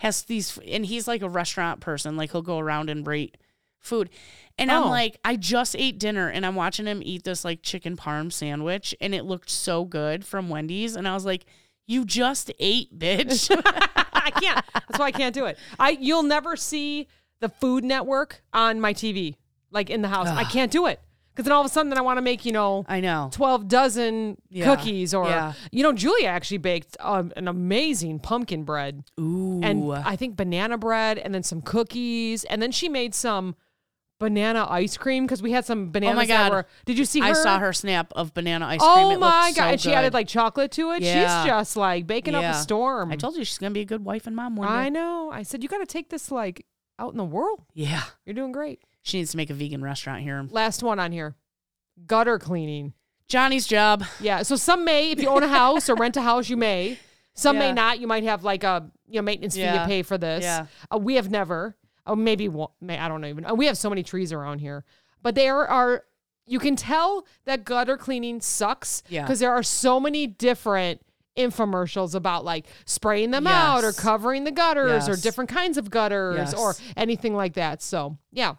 B: has these, and he's like a restaurant person. Like he'll go around and rate food. And
A: Oh.
B: I'm like, I just ate dinner and I'm watching him eat this like chicken parm sandwich and it looked so good from Wendy's. And I was like, you just ate, bitch.
A: I can't. That's why I can't do it. I you'll never see the Food Network on my TV, like in the house. I can't do it because then all of a sudden, then I want to make you know
B: I know.
A: 12 dozen
B: Yeah.
A: cookies or
B: Yeah.
A: you know julia actually baked um, an amazing pumpkin bread
B: Ooh.
A: and i think banana bread and then some cookies and then she made some banana ice cream because we had some bananas that
B: God.
A: were did you see her
B: I saw her snap of banana ice cream.
A: oh
B: It looked
A: my
B: so
A: god and she added
B: good.
A: like chocolate to it
B: Yeah.
A: she's just like baking up a
B: Yeah.
A: storm
B: I told you she's gonna be a good wife and mom one day.
A: I know i said you gotta take this like out in the world
B: Yeah,
A: you're doing great
B: she needs to make a vegan restaurant here.
A: last one on here gutter cleaning
B: Johnny's job.
A: Yeah. So some may, if you own a house or rent a house, you may. Some may
B: Yeah.
A: not. You might have like a you know maintenance fee
B: Yeah.
A: you pay for this.
B: Yeah.
A: Uh, we have never. Oh, maybe one. May, I don't know even. uh, we have so many trees around here, but there are. You can tell that gutter cleaning sucks
B: Yeah.
A: because there are so many different infomercials about like spraying them out or
B: Yes.
A: covering the gutters or
B: Yes.
A: different kinds of gutters or
B: Yes.
A: anything like that. So yeah.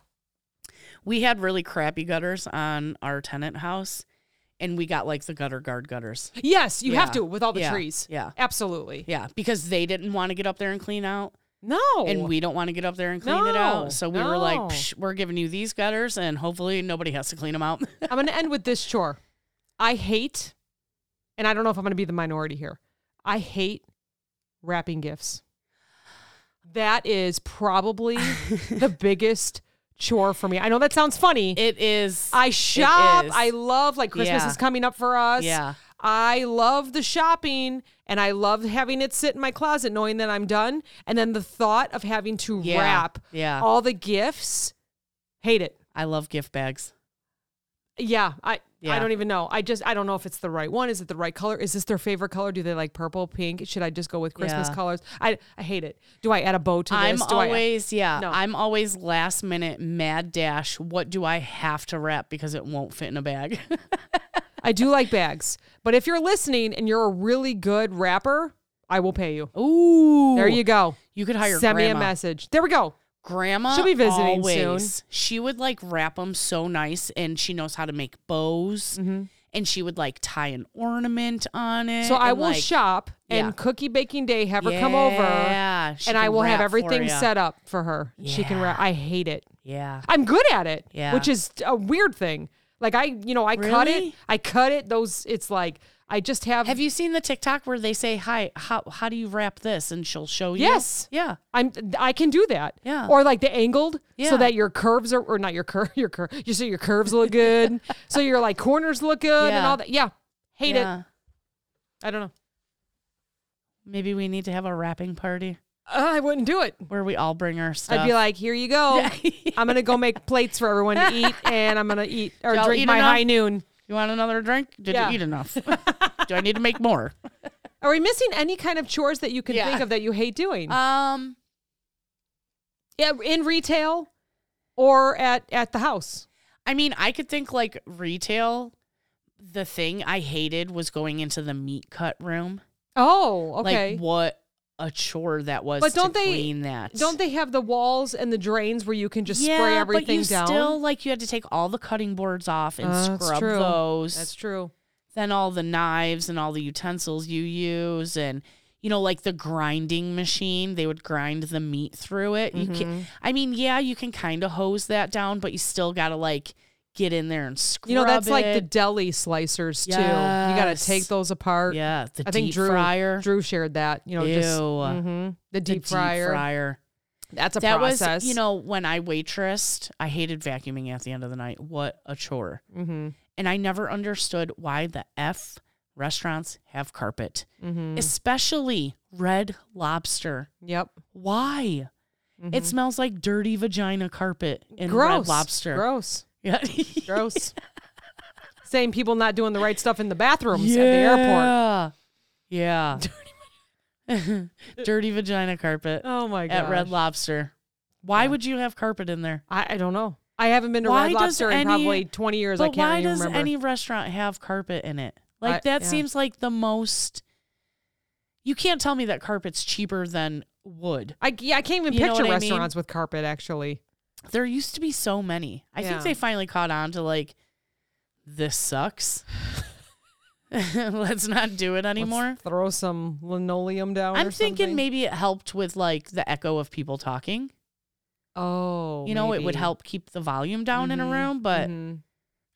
B: We had really crappy gutters on our tenant house, and we got like the gutter guard gutters.
A: Yes, you have
B: Yeah.
A: to with all the
B: Yeah.
A: trees.
B: Yeah.
A: Absolutely.
B: Yeah, because they didn't want to get up there and clean out,
A: No.
B: and we don't want to get up there and clean it
A: No.
B: out. So we were like,
A: No.
B: Psh, "We're giving you these gutters, and hopefully nobody has to clean them out."
A: I'm going to end with this chore. I hate, and I don't know if I'm going to be the minority here. I hate wrapping gifts. That is probably the biggest chore for me. I know that sounds funny.
B: it is.
A: I shop.
B: is.
A: I love like Christmas
B: Yeah.
A: is coming up for us.
B: Yeah.
A: I love the shopping and I love having it sit in my closet knowing that I'm done. And then the thought of having to
B: Yeah.
A: wrap
B: Yeah.
A: all the gifts, hate it.
B: I love gift bags.
A: Yeah, I I
B: Yeah.
A: don't even know. I just I don't know if it's the right one. Is it the right color? Is this their favorite color? Do they like purple, pink? Should I just go with Christmas
B: Yeah.
A: colors? I I hate it. Do I add a bow to
B: I'm
A: this? Do
B: always, yeah,
A: No.
B: I'm always last minute mad dash. What do I have to wrap because it won't fit in a bag?
A: I, I do like bags, but if you're listening and you're a really good rapper, I will pay you.
B: Ooh.
A: There you go.
B: You could hire
A: Send
B: grandma.
A: me a message. There we go.
B: Grandma
A: She'll be visiting soon.
B: always, She would like wrap them so nice and she knows how to make bows and she would like tie an ornament on it.
A: Mm-hmm. So I
B: and,
A: will
B: like,
A: shop and
B: yeah.
A: cookie baking day. Have her come over,
B: Yeah. she
A: and I
B: can
A: will have
B: wrap for
A: everything
B: ya.
A: set up for her. She can wrap. I hate it.
B: Yeah.
A: I'm good at it,
B: Yeah.
A: which is a weird thing. Like I, you know, I cut it.
B: Really?
A: I cut it. Those. It's like I just have.
B: Have you seen the TikTok where they say, "Hi, how how do you wrap this?" and she'll show you?
A: Yes.
B: Yeah.
A: I'm. I can do that.
B: Yeah.
A: Or like the angled, so
B: Yeah.
A: that your curves are, or not your curve, your curve. You so your curves look good. so your like corners look good and
B: Yeah.
A: all that. Yeah. Hate
B: yeah.
A: it. I don't know.
B: Maybe we need to have a wrapping party
A: Uh, I wouldn't do it.
B: where we all bring our stuff.
A: I'd be like, oh. here you go. I'm gonna go make plates for everyone to eat, and I'm gonna eat or
B: Y'all
A: drink
B: eat
A: my
B: enough?
A: high noon.
B: you want another drink? Did
A: Yeah.
B: you eat enough? do I need to make more?
A: Are we missing any kind of chores that you can
B: Yeah.
A: think of that you hate doing?
B: Um,
A: Yeah, in retail or at at the house.
B: I mean, I could think like retail. The thing I hated was going into the meat cut room.
A: Oh, okay.
B: Like what a chore that was.
A: But don't
B: to
A: they-
B: clean that?
A: Don't they have the walls and the drains where you can just
B: yeah,
A: spray everything
B: but you
A: down?
B: still like you had to take all the cutting boards off and
A: Uh, that's
B: scrub
A: true.
B: those.
A: That's true.
B: then all the knives and all the utensils you use and you know like the grinding machine they would grind the meat through it you
A: Mm-hmm.
B: can i mean yeah you can kind of hose that down but you still gotta like get in there and scrub
A: You know, that's like the
B: it.
A: deli slicers too. You got to
B: Yes.
A: take those apart.
B: yeah the
A: I
B: deep
A: think Drew
B: fryer
A: Drew shared that. You know, just
B: Ew.
A: mhm, the
B: the
A: deep fryer.
B: fryer
A: That's a
B: that
A: process.
B: was you know when i waitressed i hated vacuuming at the end of the night what a chore
A: Mm-hmm.
B: and i never understood why the f restaurants have carpet
A: Mm-hmm.
B: especially red lobster
A: Yep.
B: Why? It
A: Mhm.
B: smells like dirty vagina carpet in
A: Gross.
B: Red Lobster.
A: Gross.
B: Yeah.
A: Gross. Saying people not doing the right stuff in the bathrooms at the airport.
B: Yeah. Dirty, vagina carpet
A: Oh my god.
B: at Red Lobster. Why would you have carpet in there?
A: I, I don't know. I haven't been to
B: Why
A: Red
B: does
A: Lobster in
B: any-
A: probably 20 years. I
B: But
A: can't
B: why
A: even
B: does
A: remember.
B: any restaurant have carpet in it? Like
A: I-
B: that
A: yeah.
B: seems like the most. You can't tell me that carpet's cheaper than wood.
A: I, yeah, I can't even
B: You know
A: picture
B: what I mean?
A: restaurants with carpet, actually.
B: There used to be so many. I
A: Yeah.
B: think they finally caught on to like, this sucks. Let's not do it
A: Let's
B: anymore.
A: throw some linoleum down.
B: I'm
A: or
B: thinking
A: something.
B: maybe it helped with like the echo of people talking.
A: Oh,
B: you know, it would
A: maybe.
B: help keep the volume down in a
A: Mhm,
B: room, but
A: mhm.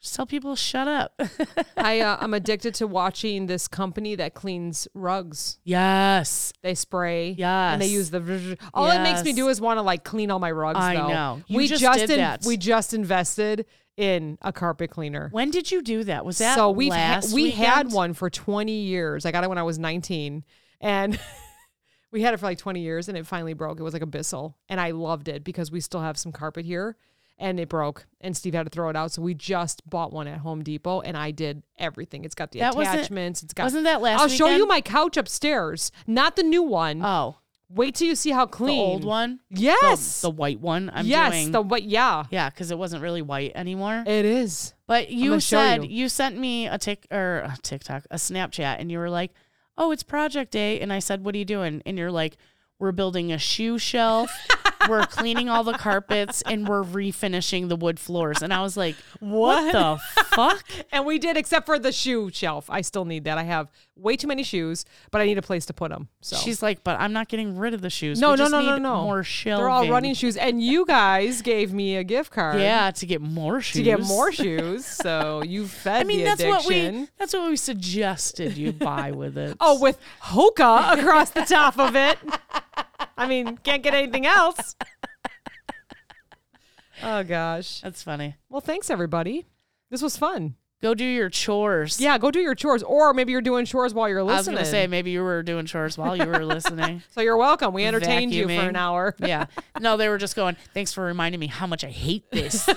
B: just tell people to shut up.
A: I uh, I'm addicted to watching this company that cleans rugs.
B: yes.
A: They spray.
B: Yes.
A: And they use the. vzz- All it makes me
B: Yes.
A: do is want to like clean all my rugs.
B: I
A: though.
B: know. You
A: we
B: just did
A: in-
B: that.
A: we just invested in a carpet cleaner.
B: When did you do that? Was that
A: so we've ha-
B: last
A: we had
B: weekend?
A: one for 20 years. I got it when I was 19, and we had it for like 20 years, and it finally broke. It was like a Bissell, and I loved it because we still have some carpet here, and it broke, and Steve had to throw it out. So we just bought one at Home Depot, and I did everything. It's got the
B: That wasn't-
A: attachments. It's got.
B: Wasn't that last?
A: I'll show you
B: weekend?
A: my couch upstairs, not the new one.
B: Oh,
A: Wait till you see how
B: the
A: clean.
B: old one, The-
A: Yes.
B: the, white one. I'm
A: yes.
B: doing.
A: The what? Yeah.
B: yeah, because it wasn't really white anymore.
A: It is.
B: But you
A: gonna show
B: said
A: you.
B: you. sent me a tick or a TikTok, a Snapchat, and you were like, "Oh, it's project day," and I said, "What are you doing?" And you're like, "We're building a shoe shelf." We're cleaning all the carpets and we're refinishing the wood floors. And I was like, what, the fuck?
A: And we did, except for the shoe shelf. I still need that. I have way too many shoes, but I need a place to put them. So
B: She's like, but I'm not getting rid of the shoes.
A: no,
B: We
A: no,
B: just
A: no, no,
B: need
A: no.
B: More shelving.
A: They're all running shoes, and you guys gave me a gift card.
B: Yeah, to get more shoes.
A: To get more shoes, so you fed
B: I mean,
A: the
B: that's
A: addiction.
B: what we that's what we suggested you buy with it.
A: oh, with Hoka across the top of it. I mean, can't get anything else. Oh gosh.
B: that's funny.
A: Well, thanks everybody. This was fun.
B: Go do your chores.
A: Yeah, go do your chores, or maybe you're doing chores while you're
B: I was
A: listening.
B: gonna say maybe you were doing chores while you were listening.
A: so you're welcome. We entertained you for
B: Vacuuming.
A: an hour.
B: Yeah. No, they were just going, Thanks for reminding me how much I hate this.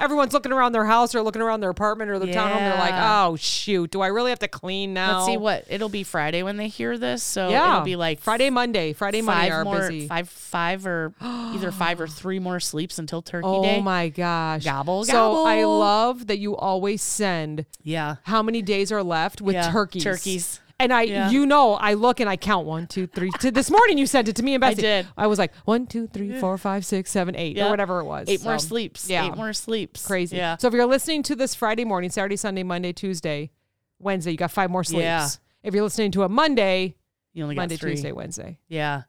A: Everyone's looking around their house or looking around their apartment or their townhome. They're like,
B: Yeah.
A: oh, shoot, do I really have to clean now?
B: Let's see what it'll be Friday when they hear this. So
A: Yeah.
B: it'll be like
A: Friday, Monday. Friday, Monday
B: five
A: are
B: more,
A: busy.
B: five, five or either five or three more sleeps until Turkey
A: oh
B: Day.
A: my gosh.
B: Gobble,
A: so
B: gobble.
A: I love that you always send
B: Yeah,
A: how many days are left with
B: Yeah,
A: turkeys.
B: turkeys.
A: And I,
B: Yeah.
A: you know, I look and I count one, two, three. To this morning, you sent it to me and Betsy.
B: did.
A: I was like one, two, three, four, five, six, seven, eight,
B: Yeah.
A: or whatever it was.
B: eight more
A: So,
B: sleeps.
A: yeah.
B: eight more sleeps.
A: Crazy.
B: Yeah.
A: So if you're listening to this Friday morning, Saturday, Sunday, Monday, Tuesday, Wednesday, you got five more sleeps.
B: Yeah.
A: If you're listening to a Monday,
B: you only got
A: Monday,
B: three.
A: Tuesday, Wednesday,
B: Yeah.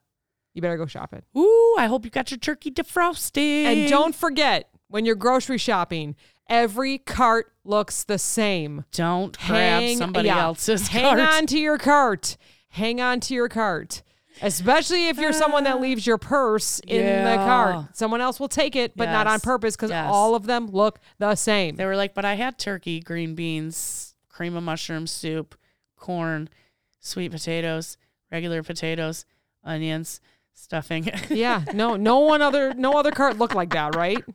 A: you better go shopping.
B: Ooh, I hope you got your turkey defrosted.
A: And don't forget when you're grocery shopping, every cart looks the same.
B: don't grab
A: Hang-
B: somebody
A: yeah.
B: else's
A: Hang
B: cart.
A: on to your cart. Hang on to your cart. Especially if you're someone that leaves your purse in the
B: Ah. Yeah.
A: cart. Someone else will take it, but not on
B: Yes.
A: purpose because
B: Yes.
A: all of them look the same.
B: They were like, but I had turkey, green beans, cream of mushroom soup, corn, sweet potatoes, regular potatoes, onions, stuffing.
A: yeah. No, no one other no other cart looked like that, right?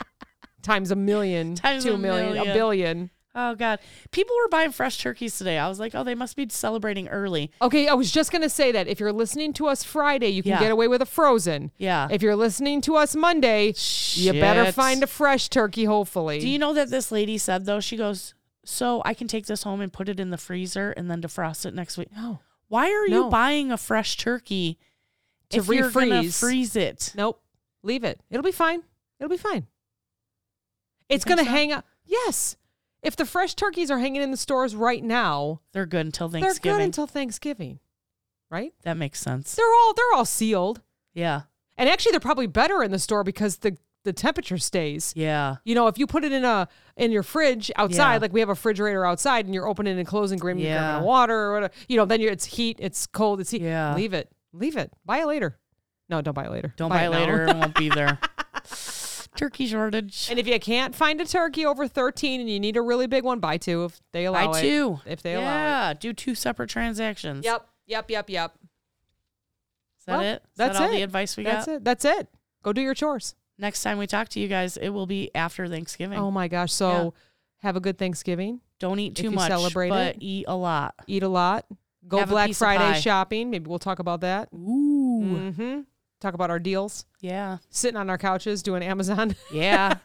A: Times a million,
B: Times
A: two
B: a
A: million, a
B: million.
A: billion.
B: oh God. People were buying fresh turkeys today. I was like, oh, they must be celebrating early.
A: Okay, I was just gonna say that if you're listening to us Friday, you can
B: Yeah.
A: get away with a frozen.
B: Yeah.
A: If you're listening to us Monday, you better
B: Shit.
A: find a fresh turkey, hopefully.
B: Do you know that this lady said though? She goes, so I can take this home and put it in the freezer and then defrost it next week.
A: no.
B: Why are
A: No.
B: you buying a fresh turkey
A: To
B: if you're gonna
A: refreeze.
B: freeze it?
A: Nope. Leave it. It'll be fine. It'll be fine. It's
B: think
A: going to
B: so?
A: hang up. Yes. If the fresh turkeys are hanging in the stores right now,
B: They're good until
A: they're
B: Thanksgiving.
A: good until Thanksgiving. Right?
B: that makes sense.
A: They're all they're all sealed.
B: Yeah.
A: And actually they're probably better in the store because the the temperature stays.
B: Yeah.
A: You know, if you put it in a in your fridge outside,
B: Yeah.
A: like we have a refrigerator outside, and you're opening and closing, grabbing,
B: Yeah.
A: grabbing water or whatever, you know, then you're, it's heat, it's cold, it's heat.
B: Yeah.
A: Leave it, leave it. Buy it later. No, don't buy it later.
B: Don't buy it
A: now.
B: later. It won't be there. Turkey shortage.
A: And if you can't find a turkey over 13 and you need a really big one, buy two if they allow
B: buy
A: it.
B: two.
A: If they
B: yeah,
A: allow it.
B: do two separate transactions.
A: Yep, yep, yep, yep.
B: Is that
A: Well,
B: it? Is
A: that's
B: that all
A: it.
B: the advice we
A: That's
B: got?
A: it. That's it. Go do your chores.
B: Next time we talk to you guys, it will be after Thanksgiving.
A: Oh my gosh. So have a good Thanksgiving.
B: Don't eat too
A: you
B: much,
A: celebrate
B: but
A: it.
B: eat a lot.
A: Eat a lot. Go
B: Have a
A: Black
B: piece of
A: Friday
B: pie.
A: shopping. Maybe we'll talk about that.
B: Ooh.
A: Mm-hmm. Talk about our deals.
B: Mm, Yeah.
A: Sitting on our couches doing Amazon.
B: Yeah.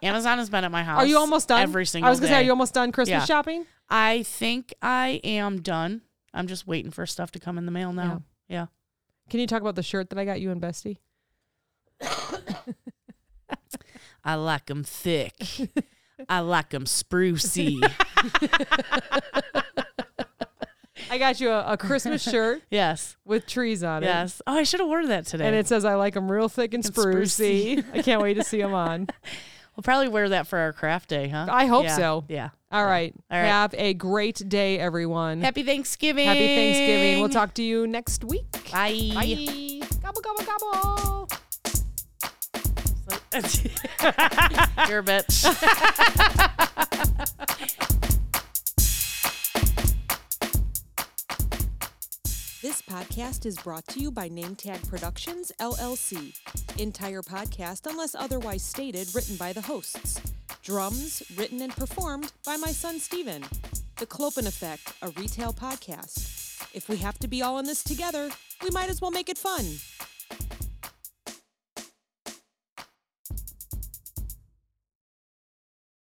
B: Amazon has been at my house.
A: are you almost done?
B: Every single
A: I was gonna say,
B: day.
A: are you almost done Christmas
B: Yeah.
A: shopping?
B: I think I am done. I'm just waiting for stuff to come in the mail now. Yeah.
A: Can you talk about the shirt that I got you and Bestie?
B: I like 'em thick. I like 'em sprucey.
A: I got you a, a Christmas shirt
B: yes.
A: with trees on it.
B: Yes. Oh, I should have ordered that today.
A: And it says, I like them real thick and,
B: And
A: sprucey. I can't wait to see them on.
B: we'll probably wear that for our craft day, huh?
A: I hope
B: Yeah.
A: so.
B: Yeah.
A: All right.
B: All right.
A: Have a great day, everyone.
B: Happy Thanksgiving.
A: Happy Thanksgiving. We'll talk to you next week.
B: Bye.
A: Bye. Gobble, gobble, gobble.
B: You're a bitch.
C: This podcast is brought to you by NameTag Productions, LLC. Entire podcast, unless otherwise stated, written by the hosts. Drums, written and performed by my son Steven. The Clopen Effect, a retail podcast. If we have to be all in this together, we might as well make it fun.